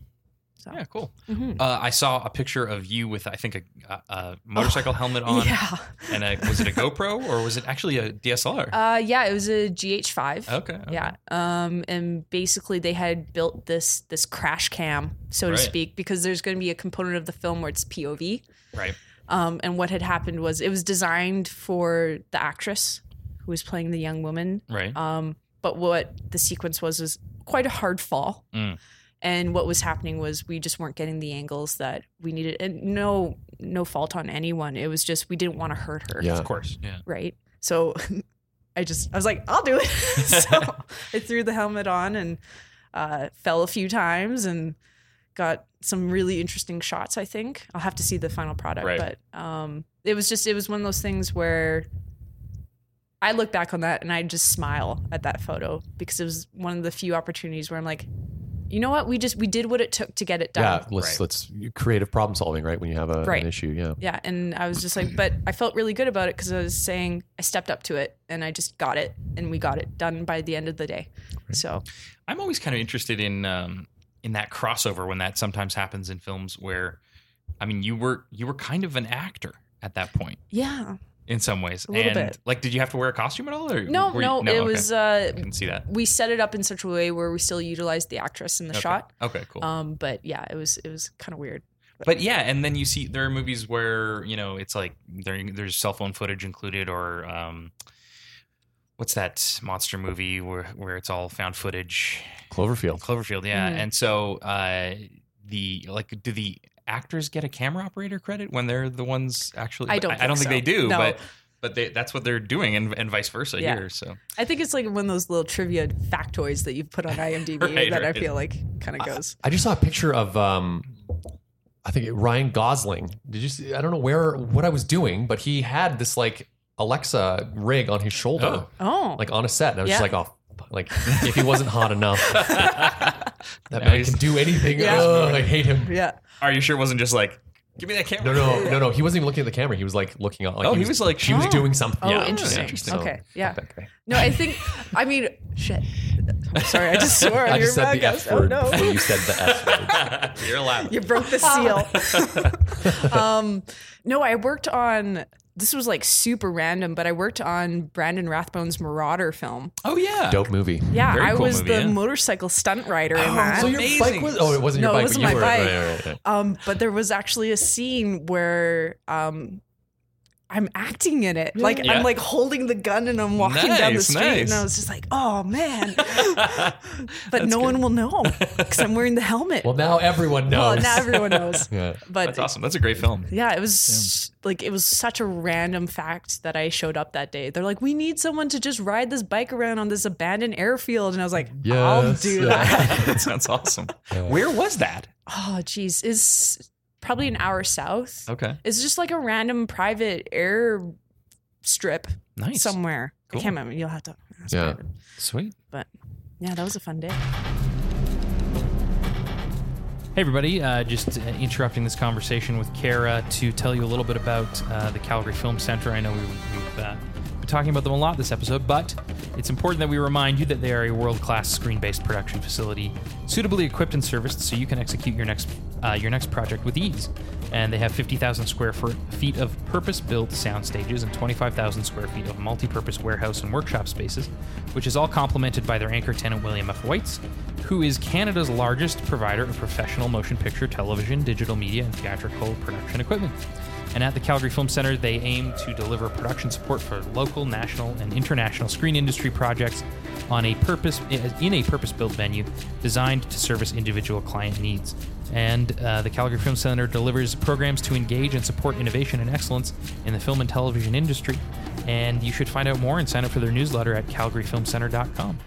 So Yeah, cool. mhm. Uh, I saw a picture of you with I think a, a, a motorcycle helmet on, yeah. and a, was it a GoPro or was it actually a DSLR? Uh yeah, it was a GH5. okay, okay. Yeah. Um, and basically they had built this this crash cam, so Right. to speak, because there's going to be a component of the film where it's POV. right. Um, and what had happened was it was designed for the actress who was playing the young woman. Right. Um, but what the sequence was was quite a hard fall. Mm. And what was happening was we just weren't getting the angles that we needed, and no, no fault on anyone. It was just we didn't want to hurt her Yeah. of course. Yeah. right? So I just I was like, I'll do it. so I threw the helmet on and uh, fell a few times and got some really interesting shots. I think I'll have to see the final product, Right. but um, it was just it was one of those things where I look back on that and I just smile at that photo because it was one of the few opportunities where I'm like, you know what, we just we did what it took to get it done. Yeah. Let's Right. let's creative problem solving, right? When you have a, Right. an issue, yeah. Yeah, and I was just like, but I felt really good about it because I was saying I stepped up to it and I just got it and we got it done by the end of the day. So I'm always kind of interested in um, in that crossover when that sometimes happens in films where, I mean, you were you were kind of an actor at that point yeah, in some ways. A little and bit. like, did you have to wear a costume at all? Or no, were you- no, it okay. was. Uh, I didn't see that. we set it up in such a way where we still utilized the actress in the Okay. shot. Okay, cool. Um, but yeah, it was it was kind of weird. but yeah, and then you see there are movies where you know it's like there there's cell phone footage included or um, what's that monster movie where where it's all found footage? Cloverfield. Cloverfield, yeah. Mhm. And so uh, the like, do the actors get a camera operator credit when they're the ones actually? I don't I, don't think think they so. do, No. but but they, that's what they're doing, and, and vice versa Yeah. here. So I think it's like one of those little trivia factoids that you've put on IMDb Right, that right. I feel like kind of goes. I just saw a picture of um I think it, Ryan Gosling. Did you see I don't know where what I was doing, but he had this like Alexa rig on his shoulder, oh, like on a set. And I was just Yeah. like, oh fuck, like if he wasn't hot enough, that Now man he's- can do anything. Yeah. Ugh, I hate him. yeah, are you sure it wasn't just like give me that camera? No, no, no, no. He wasn't even looking at the camera. He was like looking at. Like, Oh, he was like- she was Oh. doing something. Oh, yeah, interesting. yeah, so, Okay, fuck yeah. that guy. No, I think. I mean, shit. I'm sorry, I just swore on I your just said the podcast. F oh word no. before you said the F word. You're allowed. You broke the seal. um, no, I worked on this was like super random, but I worked on Brandon Rathbone's Marauder film. Oh yeah. Dope movie. Yeah, Very I cool was movie, the yeah. Oh, motorcycle stunt rider in that. So your Amazing. bike was? Oh, it wasn't Oh, No, your bike. it but wasn't you my were, bike. Right, right, right. um, but there was actually a scene where um, I'm acting in it. Like Yeah. I'm like holding the gun and I'm walking down the Nice, street nice. and I was just like, oh man. but That's no good. one will know because I'm wearing the helmet. Well, now everyone Well, knows. now everyone knows. yeah. But That's awesome. That's a great film. yeah, it was like it was such a random fact that I showed up that day. They're like, we need someone to just ride this bike around on this abandoned airfield, and I was like, I'll Yes, do yeah. that. that sounds awesome. Where was that? Oh, geez, is probably an hour south. Okay. It's just like a random private air strip Nice. somewhere. Cool. I can't remember. You'll have to. ask Yeah. Brandon. Sweet. But yeah, that was a fun day. Hey, everybody. Uh, just uh, interrupting this conversation with Kara to tell you a little bit about uh, the Calgary Film Center. I know we, we've uh, been talking about them a lot this episode, but it's important that we remind you that they are a world class screen based production facility, suitably equipped and serviced so you can execute your next, uh, your next project with ease. And they have 50,000 square foot- feet of purpose built sound stages and 25,000 square feet of multi purpose warehouse and workshop spaces, which is all complemented by their anchor tenant, William F. White's who is Canada's largest provider of professional motion picture, television, digital media, and theatrical production equipment. And at the Calgary Film Center, they aim to deliver production support for local, national, and international screen industry projects on a purpose in a purpose-built venue designed to service individual client needs. And uh, the Calgary Film Center delivers programs to engage and support innovation and excellence in the film and television industry. And you should find out more and sign up for their newsletter at calgaryfilmcenter.com.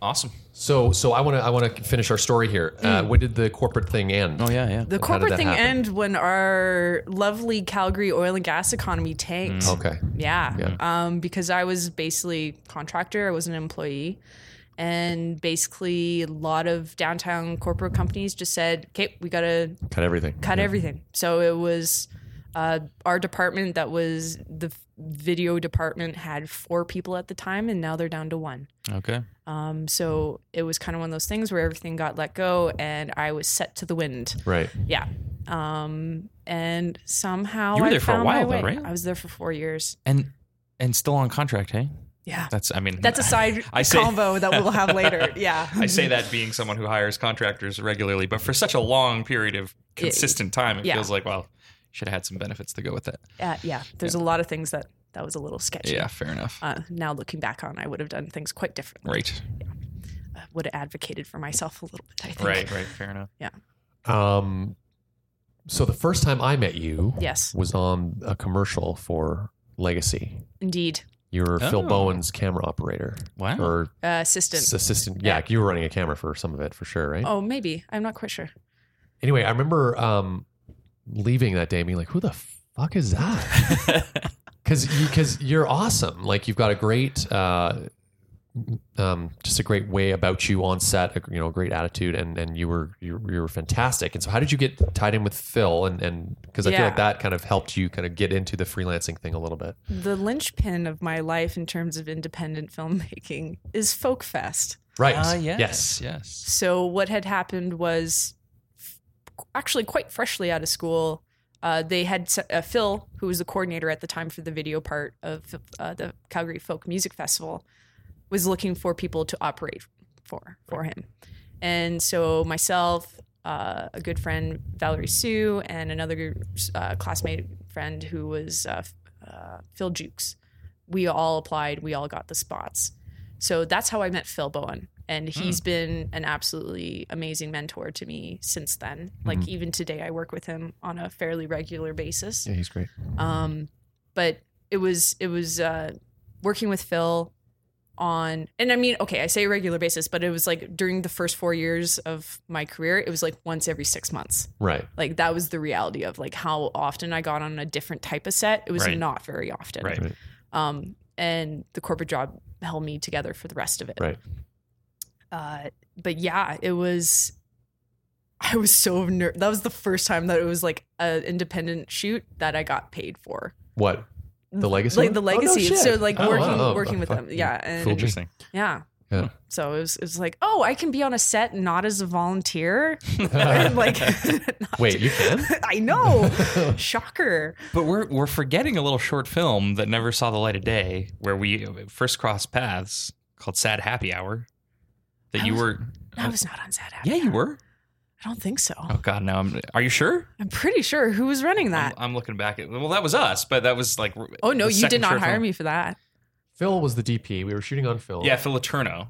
Awesome. So, so I want to I want to finish our story here. Uh, Mm. when did the corporate thing end? Oh yeah, yeah. The did corporate that thing happen? end when our lovely Calgary oil and gas economy Mm. tanked. Okay. Yeah. Yeah. Um, because I was basically contractor, I was an employee. And basically a lot of downtown corporate companies just said, Okay, we gotta Cut everything. cut everything. So it was uh, our department that was the video department had four people at the time and now they're down to one. okay. Um, so it was kind of one of those things where everything got let go and I was set to the wind. Right. Yeah. Um, and somehow You were I there for a found my while though, way. right? I was there for four years. And and still on contract, hey? Yeah. That's I mean That's a side I say- combo that we'll have later. Yeah. I say that being someone who hires contractors regularly, but for such a long period of consistent time, it Yeah. feels like well, should have had some benefits to go with it. Uh, yeah. There's a lot of things that that was a little sketchy. Yeah, fair enough. Uh, now looking back on, I would have done things quite differently. right, Uh, would have advocated for myself a little bit. I think. right, right. Fair enough. Um, so the first time I met you Yes. was on a commercial for Legacy. Indeed. You were Phil Oh. Bowen's camera operator Wow. or Uh, assistant. s- assistant. Yeah, you were running a camera for some of it for sure, right? oh, maybe. I'm not quite sure. Anyway, I remember um, leaving that day and being like, "Who the fuck is that?" Because because you, are awesome. Like you've got a great, uh, um, just a great way about you on set. a- You know, a great attitude, and and you were you, you were fantastic. And so, how did you get tied in with Phil? And and because I feel Yeah. like that kind of helped you kind of get into the freelancing thing a little bit. The linchpin of my life in terms of independent filmmaking is Folk Fest. Right. Uh, Ah, yes. yes. So what had happened was f- actually quite freshly out of school. Uh, they had s- uh, Phil, who was the coordinator at the time for the video part of uh, the Calgary Folk Music Festival, was looking for people to operate for for him. And so myself, uh, a good friend Valerie Sue, and another uh, classmate friend who was uh, f- uh, Phil Jukes, we all applied. We all got the spots. So that's how I met Phil Bowen. And he's been an absolutely amazing mentor to me since then. Like even today, I work with him on a fairly regular basis Yeah, he's great. um, but it was it was uh, working with Phil on and I mean okay I say regular basis but it was like during the first four years of my career it was like once every six months Right. like that was the reality of like how often I got on a different type of set it was Right. not very often Right. Right. um, and the corporate job held me together for the rest of it Right. uh, but yeah, it was. I was so ner- that was the first time that it was like an independent shoot that I got paid for, What? The legacy. like the one? Oh, no legacy. shit. so like Oh, working wow. Oh, working with fuck. them, yeah, and Cool. Interesting. yeah. Yeah. So it was it was like, oh, I can be on a set not as a volunteer, And, like not- Wait, you can? I know, shocker. But we're we're forgetting a little short film that never saw the light of day, where we first crossed paths, called Sad Happy Hour. That I you was- were, I was not on set. yeah, you were. I don't think so. Oh God, now I'm. Are you sure? I'm pretty sure who was running that. I'm, I'm looking back at. Well, that was us, but that was like. Oh no, the you second did not short hire film. me for that. Phil was the DP. We were shooting on Phil. Yeah, Phil Letourneau.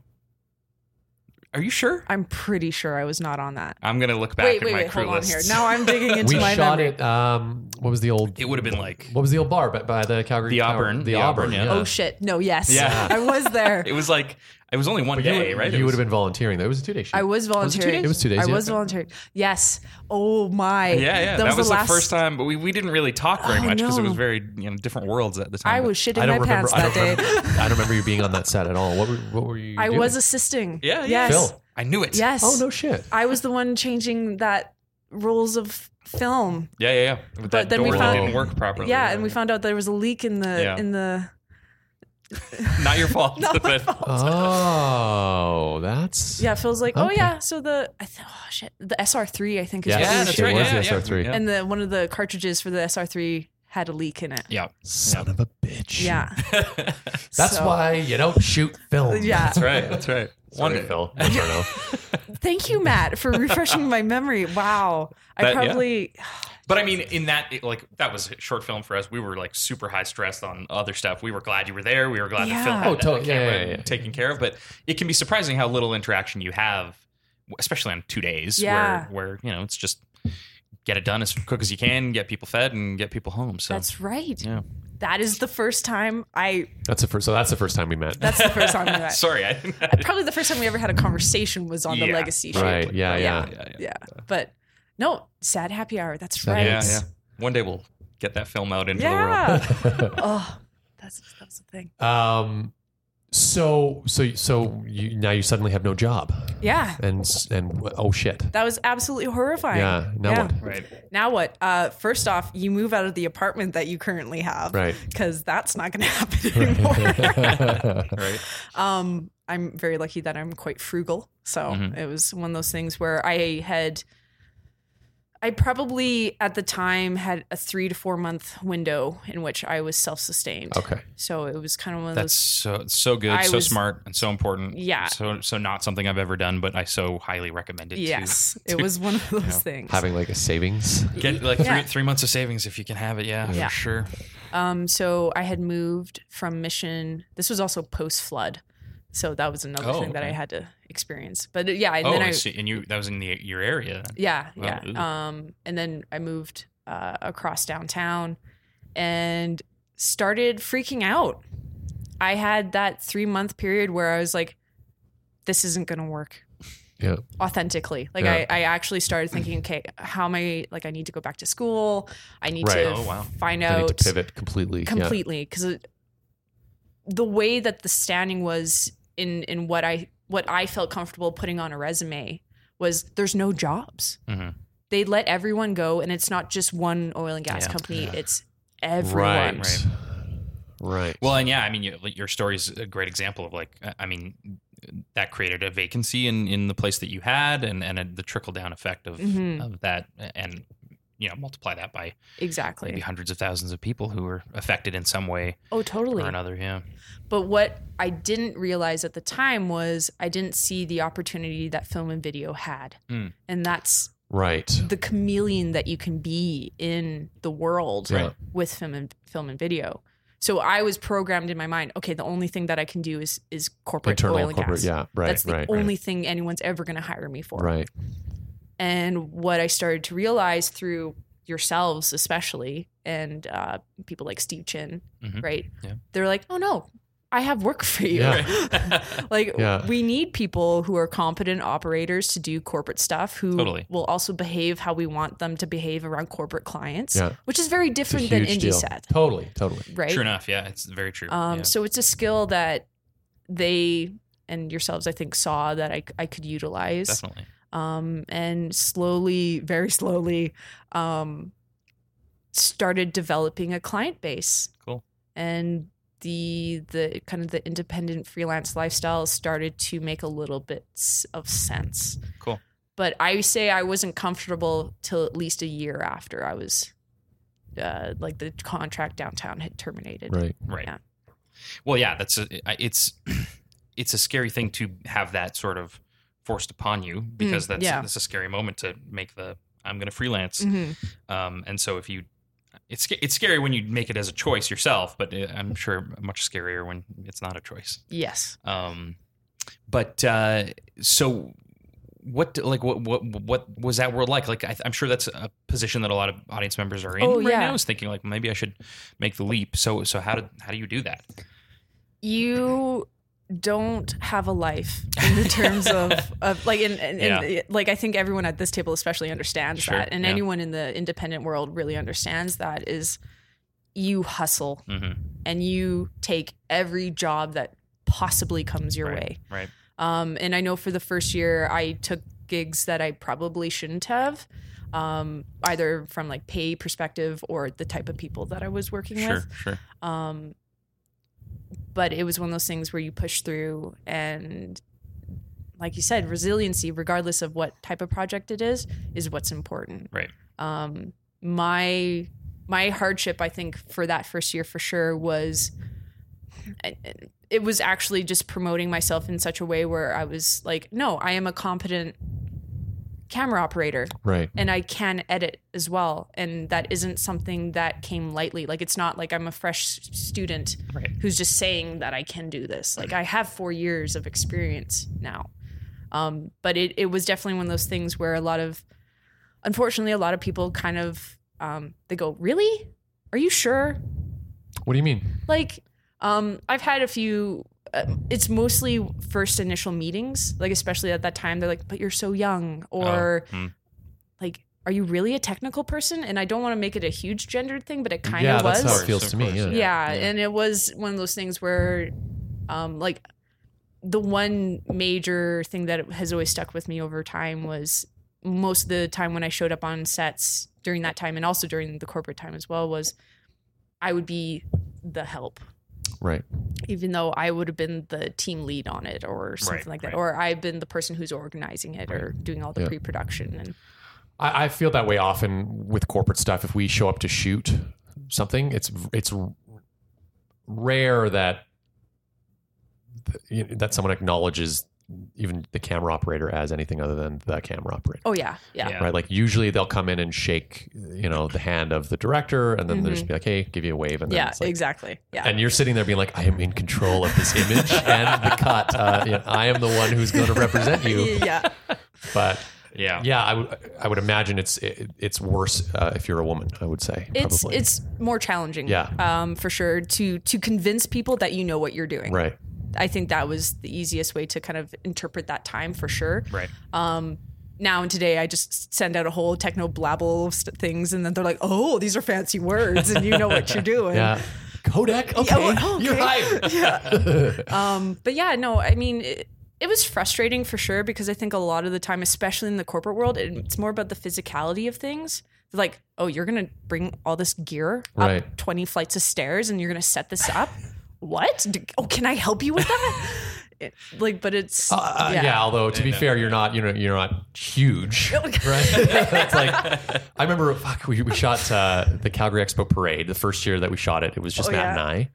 Are you sure? I'm pretty sure I was not on that. I'm gonna look back wait, at wait, my wait. crew Hold on here. lists. Now I'm digging into we my shot memory. it. Um, what was the old? It would have been like What was the old bar? But by the Calgary The Tower? Auburn. The, The Auburn. Auburn, yeah. yeah. Oh shit! No, yes, Yeah. I was there. it was like it was only one But day, you, right? It You would was- have been volunteering. though. It was a two-day shoot. I was volunteering. days? It was two days, I yeah. was volunteering. Yes. Oh my. Yeah, yeah. That, was, the, first time, but we, we didn't really talk very Oh, much because it no. was very you know different worlds at the time. I but- was shitting I my don't remember. pants I don't that day. remember, I don't remember you being on that set at all. What were, what were you? I doing? was assisting. Yeah, yeah. Yes. Phil. I knew it. Yes. Oh no shit. I was the one changing that rules of film. Yeah, yeah, yeah. With that then we door that found- didn't work properly. yeah, and we found out there was a leak in the Yeah. in the. Not your fault. Not my but- Oh, that's Yeah, Phil's like, oh Okay. yeah. So the I th- oh shit, the SR3 I think is Yes. what Yeah, we were that's it shooting. right. was yeah, the yeah, SR3. yeah. And the one of the cartridges for the SR3 had a leak in it. Yeah. son of a bitch. Yeah. That's So- why you don't shoot film. Yeah. That's right. That's right. Sorry, Wonder- Phil. I don't know. Thank you, Matt, for refreshing my memory. Wow. I That- yeah. probably But I mean, in that, it, like, that was a short film for us. We were like super high stressed on other stuff. We were glad you were there. We were glad Yeah. the film Oh, had that totally. Yeah, camera yeah, yeah, yeah. taken care of. But it can be surprising how little interaction you have, especially on two days Yeah. where, where, you know, it's just get it done as quick as you can, get people fed and get people home. So That's right. Yeah. That is the first time I That's the first. So that's the first time we met. that's the first time we met. sorry. I, didn't- Probably the first time we ever had a conversation was on the Yeah. legacy shoot. right. Yeah. Yeah. yeah, yeah. Yeah. But no, sad happy hour. That's Sad right. happy Yeah, yeah. One day we'll get that film out into the world. Yeah. oh, that's that's the thing. um. So so so you now you suddenly have no job Yeah. and s- and oh shit. That was absolutely horrifying. Yeah. Now what? Right. Now what? Uh, first off, you move out of the apartment that you currently have. Right. Because that's not going to happen anymore. Right. um, I'm very lucky that I'm quite frugal. So Mhm. it was one of those things where I had, I probably at the time had a three to four month window in which I was self sustained. okay. So it was kind of one of That's those. so so good, I so was- smart, and so important. Yeah. So so not something I've ever done, but I so highly recommend it. to- Yes, it was one of those things. Having like a savings. Get like Yeah. three, three months of savings if you can have it. Yeah, Yeah. for sure. Um, so I had moved from Mission. This was also post flood, so that was another Oh, thing that I okay. had to experience. But uh, yeah, and oh, then I, I see. And you that was in the, your area. yeah, Wow, yeah. ooh. Um, and then I moved uh, across downtown and started freaking out. I had that three month period where I was like, "This isn't going to work." Yeah. authentically. Like Yeah. I, I actually started thinking, okay, how am I like I need to go back to school. I need Right. to Oh, wow. find I need out to pivot completely. Yeah. completely because the way that the standing was in in what I what I felt comfortable putting on a resume was there's no jobs. Mhm. They let everyone go, and it's not just one oil and gas Yeah. company. Yeah. It's everyone. Right. Right. Right. Well, and yeah, I mean, you, your story is a great example of like, I- I mean, that created a vacancy in in the place that you had, and and the trickle down effect of Mhm. of that, and you know, multiply that by Exactly. maybe hundreds of thousands of people who were affected in some way Oh, totally. or another. Yeah. But what I didn't realize at the time was I didn't see the opportunity that film and video had. Mm. And that's right. the chameleon that you can be in the world Yeah. with film and film and video. So I was programmed in my mind, okay, the only thing that I can do is is corporate Internal oil and corporate. gas. Yeah. Right. That's the right. only thing anyone's ever going to hire me for. Right. And what I started to realize through yourselves, especially, and uh, people like Steve Chin, Mm-hmm. Mhm. right? Yeah. They're like, oh no, I have work for you. Yeah. like, Yeah. we need people who are competent operators to do corporate stuff who Totally. will also behave how we want them to behave around corporate clients, Yeah. which is very It's a different than huge deal. IndieSat, Totally. Totally. right? True enough. Yeah, it's very true. Um, yeah. So it's a skill that they and yourselves, I think, saw that I, I could utilize Definitely. um, and slowly, very slowly, um, started developing a client base. Cool. And the the kind of the independent freelance lifestyle started to make a little bit s- of sense. Cool. But I say I wasn't comfortable till at least a year after I was, uh, like the contract downtown had terminated. Right. Right. Yeah. Well, yeah, that's a, I- it's it's a scary thing to have that sort of forced upon you because that's Mm, yeah. that's a scary moment to make the I'm going to freelance. Mm. Um, and so if you, it's sc- it's scary when you make it as a choice yourself, but uh, I'm sure much scarier when it's not a choice. Yes. Um, but uh, so what like what what what was that world like? Like I, I'm sure that's a position that a lot of audience members are in Oh, right yeah. now. Is thinking like maybe I should make the leap. So so how did how do you do that? You don't have a life in the terms of, of like in, in, in- like I think everyone at this table especially understands Sure, that and yeah. anyone in the independent world really understands that is you hustle Mm-hmm. and you take every job that possibly comes your right, way. right? Um, and I know for the first year, I took gigs that I probably shouldn't have, um, either from like pay perspective or the type of people that I was working Sure, with. sure. Um, but it was one of those things where you push through and like you said, resiliency, regardless of what type of project it is, is what's important. Right. Um, my my hardship, I think, for that first year for sure was it was actually just promoting myself in such a way where I was like, no, I am a competent camera operator Right. and I can edit as well. And that isn't something that came lightly. Like, it's not like I'm a fresh s- student Right. who's just saying that I can do this. Like, I have four years of experience now. Um, but it, it was definitely one of those things where a lot of, unfortunately, a lot of people kind of, um, they go, really? Are you sure? What do you mean? like um i've had a few uh, it's mostly first initial meetings like especially at that time they're like but you're so young or Oh, hmm. like are you really a technical person and i don't want to make it a huge gendered thing but it kind yeah, of was that's how Of it feels course, to of me. course, Yeah. yeah, Yeah. and it was one of those things where um like the one major thing that has always stuck with me over time was most of the time when I showed up on sets during that time and also during the corporate time as well was I would be the help Right. even though I would have been the team lead on it or something Right, like that, right. or I've been the person who's organizing it or doing all the Yeah. pre-production and I, I feel that way often with corporate stuff. If we show up to shoot something, it's it's r- rare that th- you know, that someone acknowledges even the camera operator as anything other than the camera operator. oh yeah, yeah, Yeah. Right, like usually they'll come in and shake, you know, the hand of the director, and then they'll just be like, "Hey, give you a wave," and then Mm-hmm. yeah, it's like, exactly, yeah, and you're sitting there being like, "I am in control of this image and the cut. Uh, you know, I am the one who's going to represent you." yeah, But Yeah. yeah, I would I would imagine it's it, it's worse uh, if you're a woman. I would say it's probably. it's more challenging, Yeah. um, for sure to to convince people that you know what you're doing. right. I think that was the easiest way to kind of interpret that time for sure. Right. Now and today, I just send out a whole techno blabble of st- things, and then they're like, "Oh, these are fancy words, and you know what you're doing." Yeah. Kodak. Okay. well, oh, okay. You're hired. Um, but yeah, no, I mean, it, it was frustrating for sure because I think a lot of the time, especially in the corporate world, it, it's more about the physicality of things. Like, oh, you're gonna bring all this gear Right. up twenty flights of stairs, and you're gonna set this up. what? D- Oh, can I help you with that? It- like, but it's Uh, yeah. yeah. Although to be fair, you're not you know you're not huge, right? it's like I remember. Fuck, we, we shot uh, the Calgary Expo Parade the first year that we shot it. It was just Oh, Matt yeah. and I,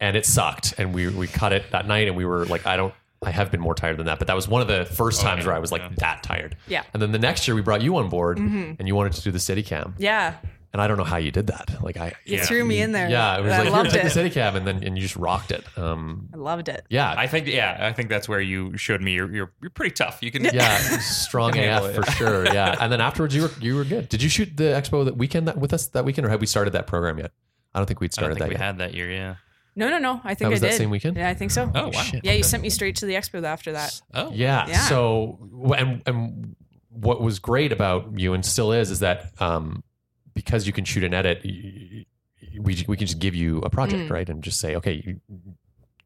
and it sucked. And we we cut it that night, and we were like, I don't. I have been more tired than that, but that was one of the first times where I was like that tired. Yeah. Mm-hmm. And then the next year we brought you on board, and you wanted to do the city cam. yeah. and I don't know how you did that. Like I, You Yeah. threw me in there. yeah, it was I like loved you the it. city cab, and then and you just rocked it. Um, I loved it. yeah, I think yeah, I think that's where you showed me you're you're, you're pretty tough. You can yeah, strong handle AF it. for sure. Yeah, and then afterwards you were you were good. Did you shoot the expo that weekend that with us that weekend, or had we started that program yet? I don't think we'd I don't started think we that yet. had that year, yeah. No, no, no. I think That was I that did. same weekend? Yeah, I think so. Oh wow. Shit. yeah, you sent me straight to the expo after that. Oh. Yeah. Yeah. So w- and and what was great about you and still is is that um, because you can shoot and edit, y- y- we we can just give you a project Mm. right and just say okay, you,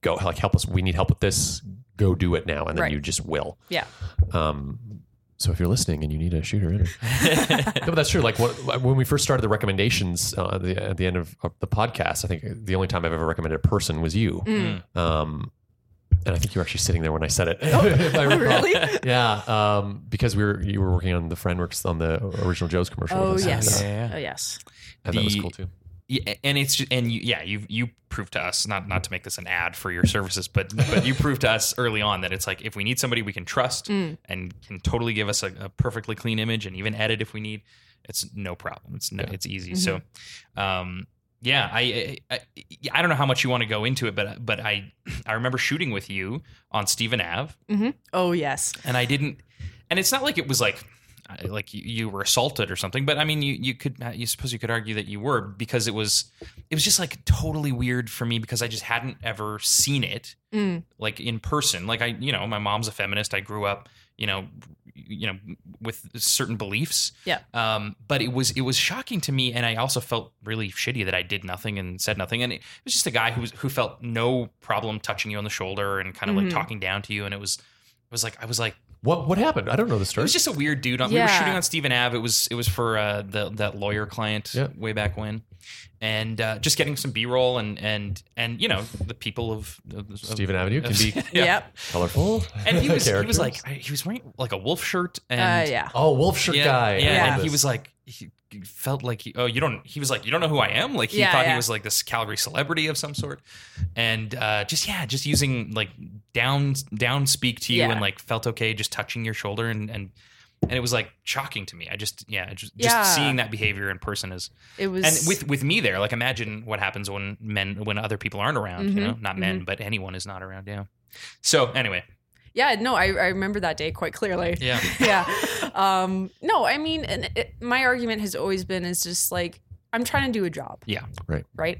go like help us. We need help with this. Go do it now, and then Right. you just will. Yeah. Um, so if you're listening and you need a shooter, enter. no, but that's true. Like what, when we first started the recommendations uh, at, the, at the end of, of the podcast, I think the only time I've ever recommended a person was you. Mm. Um, and I think you were actually sitting there when I said it. if I recall. Oh, Really? Yeah, um, because we were you were working on the FriendWorks on the original Joe's commercial. oh with us. Mm. yes. yeah, yeah. Oh yes. and that was The- cool too. Yeah, and it's ju- and you, yeah, you you proved to us not not to make this an ad for your services, but but you proved to us early on that it's like if we need somebody we can trust Mm. and can totally give us a, a perfectly clean image and even edit if we need, it's no problem. It's no, Yeah. it's easy. So, um, yeah, I, I I I don't know how much you want to go into it, but but I I remember shooting with you on Stephen Ave, Oh yes. and I didn't. And it's not like it was like I- like you, you were assaulted or something, but I mean, you you could uh, you suppose you could argue that you were because it was it was just like totally weird for me because I just hadn't ever seen it Mm. like in person. Like I you know my mom's a feminist. I grew up you know you know with certain beliefs. Yeah. Um, but it was it was shocking to me, and I also felt really shitty that I did nothing and said nothing. And it was just a guy who was, who felt no problem touching you on the shoulder and kind of Mhm. like talking down to you, and it was. It was like I was like What what happened? I don't know the it story. was just a weird dude. We were Yeah. shooting on Stephen Ave. It was it was for uh, the that lawyer client Yeah. way back when, and uh, just getting some B roll and and and you know the people of, of of- Stephen Avenue can of- be Yep. colorful. And he was he was characters. like I- he was wearing like a wolf shirt and Uh, yeah. oh, wolf shirt yeah, guy. I Yeah, love and he this. was like he felt like he, oh you don't he was like you don't know who I am like he Yeah, thought yeah. he was like this Calgary celebrity of some sort, and uh, just yeah just using like down down speak to you Yeah. and like felt okay just touching your shoulder and and and it was like shocking to me. I just yeah just, just Yeah. seeing that behavior in person is It was. and with with me there like imagine what happens when men when other people aren't around Mhm, you know not men but anyone is not around yeah. So anyway yeah. No, I, I remember that day quite clearly. yeah yeah. Um, no, I mean, and it, my argument has always been is just like I'm trying to do a job. Yeah. Right. Right.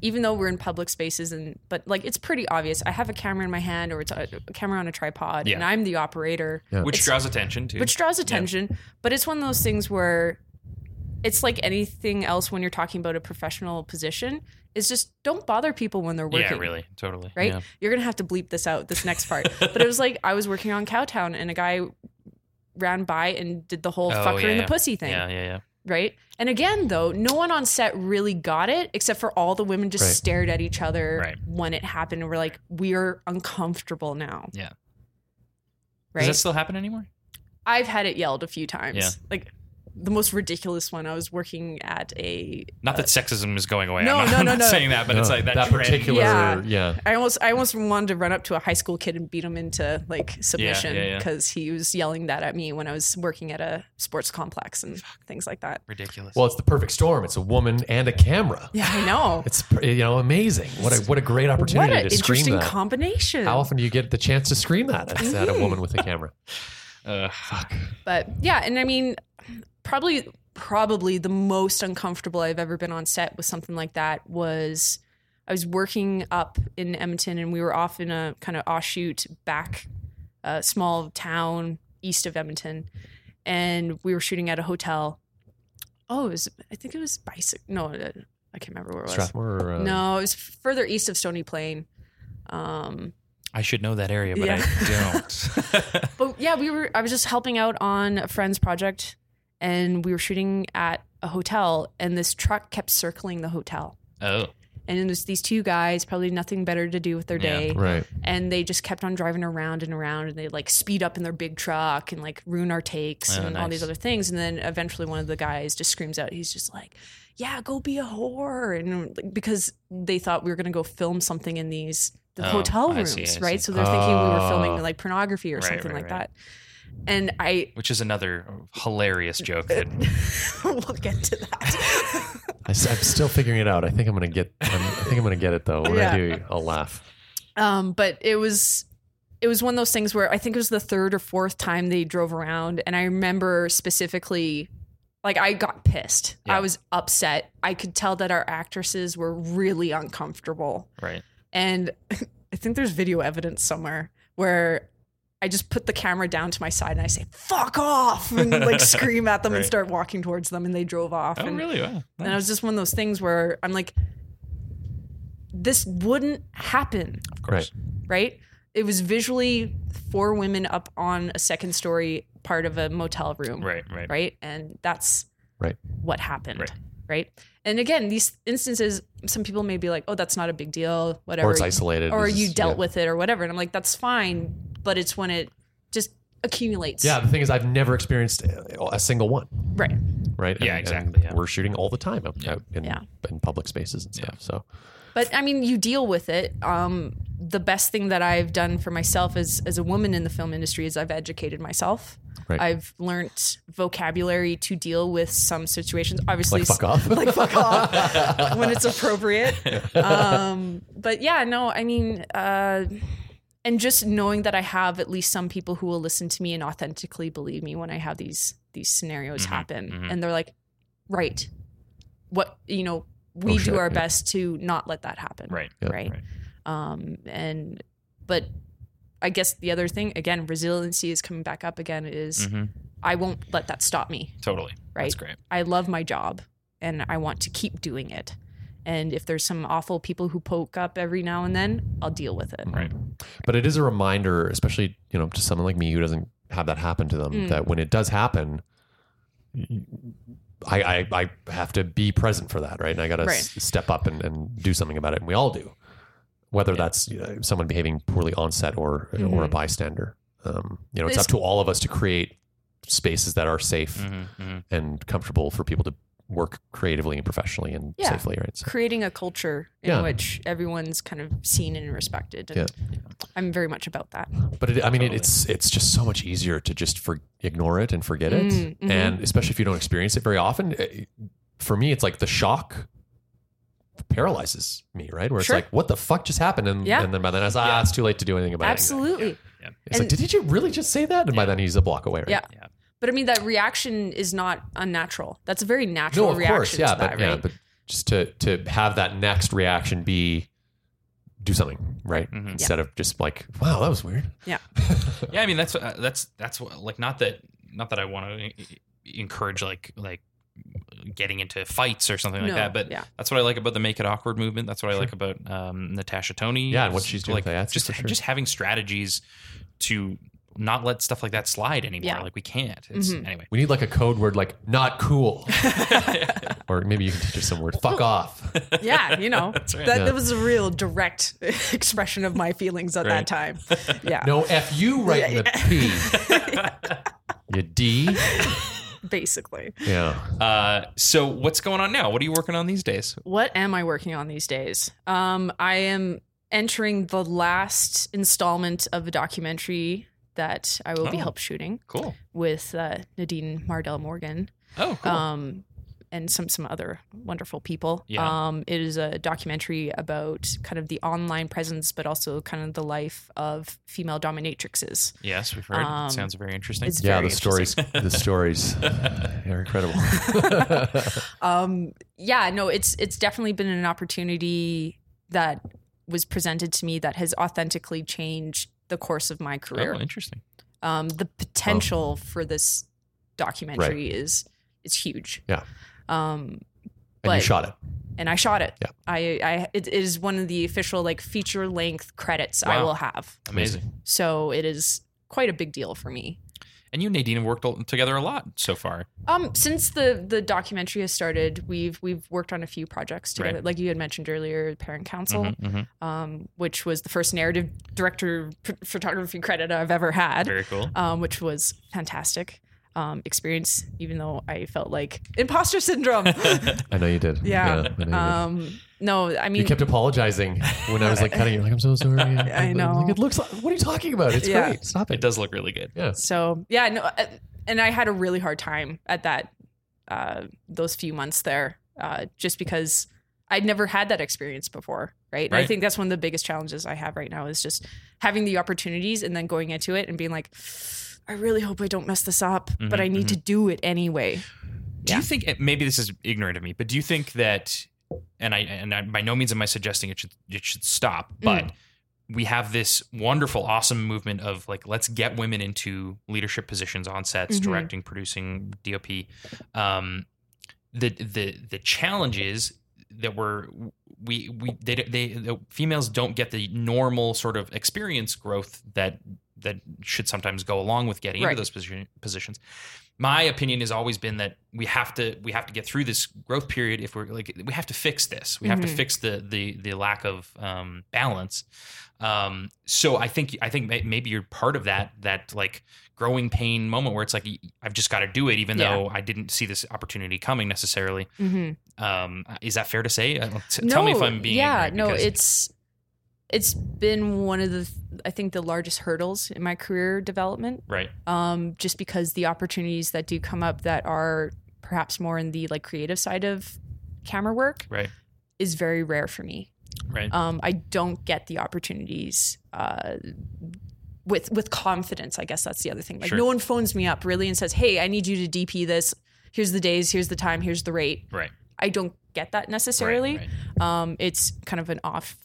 Even though we're in public spaces, and but like it's pretty obvious. I have a camera in my hand, or it's a, a camera on a tripod, Yeah. and I'm the operator, Yeah. which It's- draws attention to which draws attention. But it's one of those things where it's like anything else when you're talking about a professional position. Is just don't bother people when they're working yeah really totally right? yeah. You're gonna have to bleep this out, this next part. but it was like I was working on Cowtown and a guy ran by and did the whole Oh, fucker yeah, and the yeah. pussy thing. yeah yeah yeah. Right? And again though, no one on set really got it except for all the women just Right. stared at each other Right. when it happened and we're like, We're uncomfortable now. Yeah. Right. Does that still happen anymore? I've had it yelled a few times. Yeah. Like the most ridiculous one. I was working at a Not that sexism is going away. Uh, no, I'm not, no, I'm no, not no. saying that, but it's No, like that, that trend. particular. Yeah. Yeah. I almost I almost wanted to run up to a high school kid and beat him into like yeah, submission yeah. because he was yelling that at me when I was working at a sports complex and things like that. ridiculous. Well, it's the perfect storm. It's a woman and a camera. Yeah, I know. It's pr- you know amazing. What a what a great what opportunity an to screen interesting that. combination. How often do you get the chance to screen that? It's at a woman with a camera. uh, fuck. but yeah, and I mean, probably probably the most uncomfortable I've ever been on set with something like that was I was working up in Edmonton and we were off in a kind of offshoot back uh, small town east of Edmonton, and we were shooting at a hotel. Oh, it was I think it was bicycle. No, uh, I can't remember where it was. Strathmore. Or, uh, No, it was further east of Stony Plain. Um, I should know that area, but Yeah. I don't. but yeah, we were. I was just helping out on a friend's project, and we were shooting at a hotel, and this truck kept circling the hotel. oh, And it was these two guys, probably nothing better to do with their Yeah. day, Right. and they just kept on driving around and around, and they like speed up in their big truck and like ruin our takes Oh, and all these nice. other things. And then eventually, one of the guys just screams out, he's just like, "Yeah, go be a whore!" And like, because they thought we were going to go film something in these the Oh, hotel I rooms, see, I right? see. So they're thinking we were Oh. filming like pornography or Right, something right, like right. that. And I which is another hilarious joke. That, we'll get to that. I, am still figuring it out. I think I'm gonna get. I'm, I think I'm gonna get it though. When Yeah. I do, I'll laugh. um, but it was it was one of those things where I think it was the third or fourth time they drove around, and I remember specifically. Like I got pissed. Yeah. I was upset. I could tell that our actresses were really uncomfortable. right. And I think there's video evidence somewhere where I just put the camera down to my side and I say, fuck off, and like scream at them and Right. start walking towards them. And they drove off. Oh, and, really? Wow. and it Nice. was just one of those things where I'm like, this wouldn't happen, Of course. right? It was visually four women up on a second story part of a motel room Right. Right. right? And that's Right. what happened, right. Right. And again, these instances, some people may be like, "Oh, that's not a big deal, whatever," Or it's isolated. or It's you just- dealt yeah. with it, or whatever. And I'm like, "That's fine," but it's when it just accumulates, Yeah. The thing is, I've never experienced a a single one. right, right? Yeah, And- exactly, and yeah. We're shooting all the time out, Yeah. out in, Yeah. in public spaces and stuff. So But I mean, you deal with it. Um, the best thing that I've done for myself as as a woman in the film industry is I've educated myself. Right. I've learnt vocabulary to deal with some situations. Obviously, like, fuck off. like fuck off when it's appropriate. Um, but yeah, no, I mean, uh, and just knowing that I have at least some people who will listen to me and authentically believe me when I have these these scenarios Mhm, Mm-hmm. happen, mhm. and they're like, right, what you know, we Oh, do shit, our yeah. best to not let that happen, Right. Yeah, right, Um, and but I guess the other thing again, resiliency is coming back up again. Is Mhm. I won't let that stop me, Totally. right? That's great. I love my job and I want to keep doing it. And if there's some awful people who poke up every now and then, I'll deal with it. Right. but it is a reminder, especially you know to someone like me who doesn't have that happen to them, Mm. that when it does happen, I, I I have to be present for that, right? And I got to Right. step up and, and do something about it, and we all do, whether that's you know, someone behaving poorly on set or or a Mhm. bystander. Um, you know, it's, It's- up to all of us to create spaces that are safe Mhm, mhm. and comfortable for people to work creatively and professionally and Yeah. safely, right? So, Creating a culture in Yeah. which everyone's kind of seen and respected. And I'm very much about that. but it, I mean, it, Totally. it's it's just so much easier to just for, ignore it and forget it, Mm, mhm. and especially if you don't experience it very often. eh, For me, it's like the shock paralyzes me, right? Where Sure. it's like, what the fuck just happened, and, Yeah. and then by then I was like, ah, Yeah. it's too late to do anything about it. Absolutely. Yeah. It's And- like, did you really just say that? And by Yeah. then he's a block away, right? Yeah. Yeah. But I mean, that reaction is not unnatural. That's a very natural No, of reaction course, yeah, to but that, yeah, right? but just to to have that next reaction be do something, right? Mm-hmm. Mhm. Instead of just like, wow, that was weird. Yeah, I mean that's uh, that's that's what, like not that not that I want to encourage like like getting into fights or something like No, that, but yeah. that's what I like about the make it awkward movement. That's what I like about um, Natasha Tony. Yeah, and what It's she's doing like with the ads, just for sure. just having strategies to not let stuff like that slide anymore. Yeah. Like we can't. It's, Mhm. Anyway, We need like a code word like not cool. or maybe you can teach us some word. Fuck off. yeah, you know, That's right. that, Yeah. that was a real direct expression of my feelings at Right. that time. Yeah, No F you right in the P. you D. basically. Yeah. Uh, so what's going on now? What are you working on these days? what am I working on these days? Um, I am entering the last installment of a documentary that I will be Oh. help shooting Cool. with uh, Nadine Mardell Morgan Oh, cool. um, and some some other wonderful people. Yeah. Um, it is a documentary about kind of the online presence, but also kind of the life of female dominatrixes. yes, we've heard. um, it sounds very interesting. it's- yeah, very the stories the stories are incredible. um yeah no it's it's definitely been an opportunity that was presented to me that has authentically changed the course of my career Oh, interesting. um the potential for this documentary is is huge Yeah. um and you But- shot it. and i shot it Yeah. i i it is one of the official like feature length credits i Wow. will have Amazing. so it is quite a big deal for me And you, and Nadine, have worked all- together a lot so far. Um, since the the documentary has started, we've we've worked on a few projects together. Right. Like you had mentioned earlier, Parent Council, Mhm, mhm. um, which was the first narrative director p- photography credit I've ever had, Very cool. um, which was fantastic um, experience. Even though I felt like imposter syndrome. I know you did. Yeah. I know you did. um, no, I mean, you kept apologizing when I was like cutting. You're like, I'm so sorry. I Like, know. it looks. Like, what are you talking about? It's Yeah. great. Stop it. It does look really good. Yeah. so yeah, no, uh, and I had a really hard time at that uh, those few months there, uh, just because I'd never had that experience before, right? And I Right. think that's one of the biggest challenges I have right now is just having the opportunities and then going into it and being like, I really hope I don't mess this up, but Mhm, I need to do it anyway. Do Yeah. you think maybe this is ignorant of me, but do you think that and I and I, by no means am I suggesting it should it should Mm. stop, but we have this wonderful awesome movement of like let's get women into leadership positions on sets, Mhm. directing, producing, DOP. Um the the the challenge is that we're we we they, they the females don't get the normal sort of experience growth that that should sometimes go along with getting Right. into those position, positions. My opinion has always been that we have to we have to get through this growth period if we're like we have to fix this. We have to Mhm. fix the the the lack of um, balance. Um, so I think I think may- maybe you're part of that that like growing pain moment where it's like I've just got to do it even Yeah. though I didn't see this opportunity coming necessarily. Um, is that fair to say? I don't- T- tell me if I'm being yeah ignorant Mm-hmm. no because- it's it's been one of the I think the largest hurdles in my career development right. um, just because the opportunities that do come up that are perhaps more in the like creative side of camera work Right. is very rare for me Right. um, I don't get the opportunities uh, with with confidence. I guess that's the other thing. Like Sure. no one phones me up really and says, "Hey, I need you to DP this. Here's the days. Here's the time. Here's the rate." Right. I don't get that necessarily. right. Um, it's kind of an off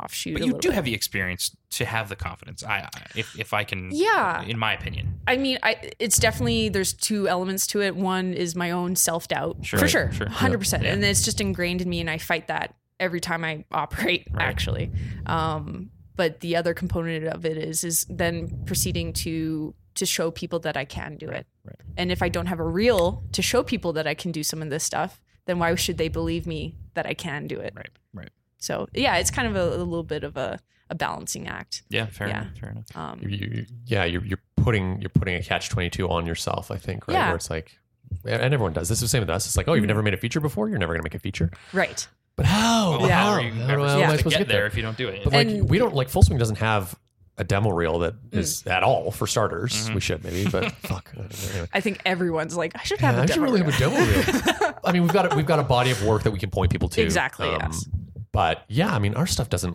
offshoot. But a you little do bit. have the experience to have the confidence. I, I if if I can, Yeah. in my opinion, I mean, I it's definitely there's two elements to it. One is my own self doubt, Sure. for sure, Sure. hundred percent, Yeah. and it's just ingrained in me, and I fight that every time I operate, Right. actually. Um, but the other component of it is is then proceeding to to show people that I can do it, Right. and if I don't have a reel to show people that I can do some of this stuff, then why should they believe me that I can do it? right, right, So yeah, it's kind of a, a little bit of a, a balancing act. yeah, fair Yeah. enough, fair enough. Um, You- you- yeah, you're, you're putting you're putting a catch twenty two on yourself. I think right Yeah. where it's like, and everyone does. This is the same with us. It's like, oh, you've Mhm. never made a feature before. You're never going to make a feature. right. But how? Well, Yeah. How are you Oh, How ever do I- how supposed am I to supposed to get there? if you don't do it? But like And- Mm. we don't like Full Swing doesn't have a demo reel that is at all for starters. Mhm. We should maybe, but fuck. Anyway. I think everyone's like, I should have Yeah, a I should demo really reel. have a demo reel. I mean, we've got a, we've got a body of work that we can point people to. um, Exactly, yes. But yeah, I mean, our stuff doesn't.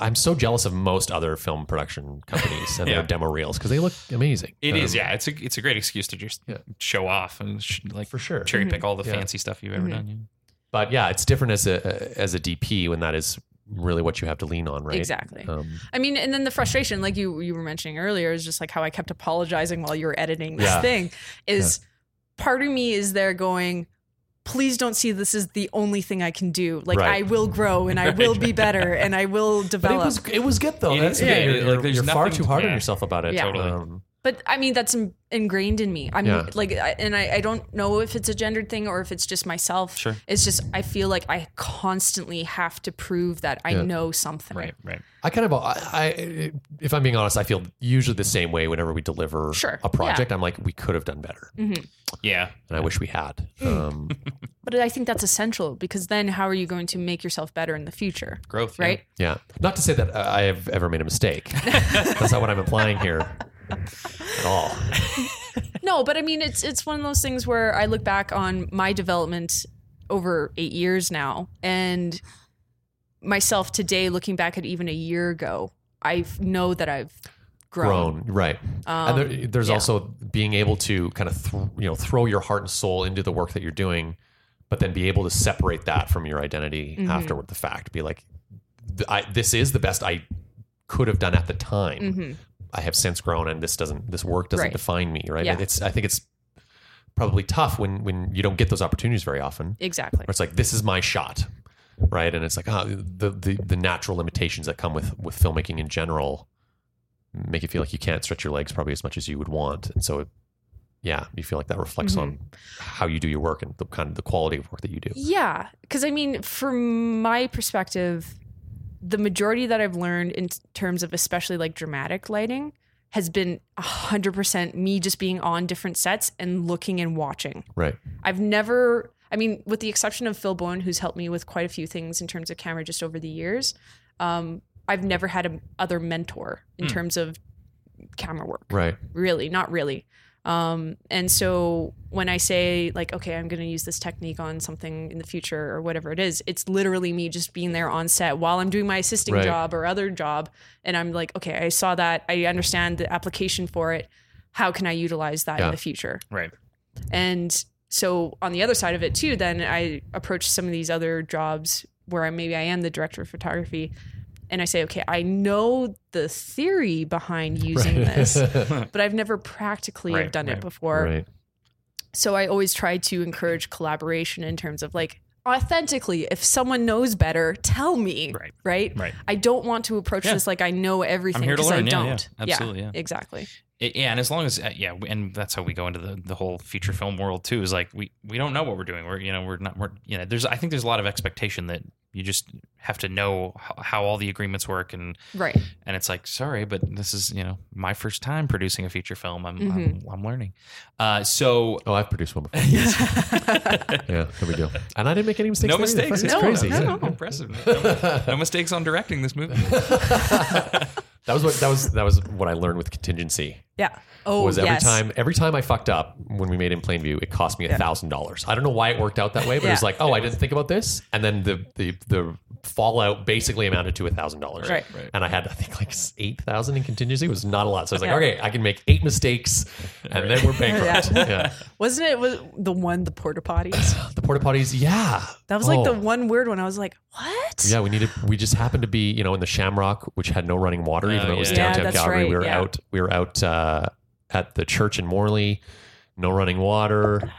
I'm so jealous of most other film production companies and Yeah. their demo reels because they look amazing. It is, Um, yeah. It's a it's a great excuse to just Yeah. show off and sh- like for sure. cherry Mm-hmm. pick all the Yeah. fancy stuff you've ever Mhm. done. yeah. But yeah, it's different as a as a DP when that is really what you have to lean on, right? Exactly. Um, I mean, and then the frustration, like you you were mentioning earlier, is just like how I kept apologizing while you were editing this Yeah. thing. Is part of me is there going, please don't see this is the only thing I can do. Like Right. I will grow and I will be better and I will but it develop. was it was good though. It That's is the thing. good. You're, Like, you're- there's you're far nothing- too hard on yeah. yourself about it. Yeah. Totally. Um, But I mean, that's in- ingrained in me. I'm Yeah. like, I, and I, I don't know if it's a gendered thing or if it's just myself. Sure. It's just I feel like I constantly have to prove that I Yeah. know something. Right, right. I kind of, I, I, if I'm being honest, I feel usually the same way whenever we deliver Sure. a project. I'm like, we could have done better, Yeah, and I Mm-hmm. wish we had. Mm. Um, But I think that's essential because then how are you going to make yourself better in the future? growth. yeah. Right. yeah, not to say that I have ever made a mistake. That's not what I'm implying here at all. No, but I mean, it's it's one of those things where I look back on my development over eight years now, and myself today, looking back at even a year ago, I know that I've grown. Grown, right? Um, and there, there's yeah. also being able to kind of, th- you know, throw your heart and soul into the work that you're doing, but then be able to separate that from your identity Mhm. afterward. The fact, be like, th- I, this is the best I could have done at the time. hmm I have since grown and this doesn't this work doesn't Right. define me, right? Yeah. It's I think it's probably tough when when you don't get those opportunities very often. Exactly. Where it's like this is my shot, right? And it's like ah, the, the the natural limitations that come with with filmmaking in general make you feel like you can't stretch your legs probably as much as you would want, and so. It, yeah, you feel like that reflects on Mm-hmm. how you do your work and the kind of the quality of work that you do. Yeah, because I mean, from my perspective, the majority that I've learned in terms of especially like dramatic lighting has been 100% me just being on different sets and looking and watching. Right. I've never, I mean, with the exception of Phil Bowen, who's helped me with quite a few things in terms of camera just over the years, um, I've never had a other mentor in Hmm. terms of camera work Right. really not really um and so when i say like okay i'm going to use this technique on something in the future or whatever it is it's literally me just being there on set while i'm doing my assisting Right. job or other job and i'm like okay i saw that i understand the application for it how can i utilize that Yeah. in the future Right. and so on the other side of it too, then I approach some of these other jobs where I maybe I am the director of photography and I say, okay, I know the theory behind using this, but I've never practically have Right, done it right, before. right. So I always try to encourage collaboration in terms of like, authentically, if someone knows better, tell me. Right. Right. Right. I don't want to approach Yeah. this like I know everything here to because I learn. Yeah, yeah. don't. Absolutely, yeah. Exactly. It- yeah, and as long as uh, yeah, we- and that's how we go into the, the whole feature film world too. Is like we we don't know what we're doing. We're you know we're not we're you know there's I think there's a lot of expectation that you just have to know how, how all the agreements work and Right. and it's like sorry, but this is you know my first time producing a feature film. I'm I'm, I'm learning. Uh, so Oh, I've produced one before. yeah, there we go. And I didn't make any mistakes. no there either. mistakes. It's No, crazy. no, Yeah. no, impressive. No, no mistakes on directing this movie. That was what that was that was what I learned with contingency. Yeah. Oh, was every yes. time every time I fucked up when we made in Plainview, it cost me a thousand dollars. I don't know why it worked out that way, but it was Yeah. like, oh, I didn't think about this, and then the the the fallout basically amounted to a thousand dollars. Right. And I had I think like eight thousand in contingency. It was not a lot, so I was like, Yeah. okay, I can make eight mistakes, and then we're bankrupt. yeah. Wasn't it was the one the porta potties? The porta potties, yeah, That was like Oh. the one weird one. I was like, what? Yeah, we needed. We just happened to be, you know, in the Shamrock, which had no running water, even Oh, though it was yeah. Yeah, downtown that's Calgary. right, We were yeah. out. We were out uh, at the church in Morley. No running water. It-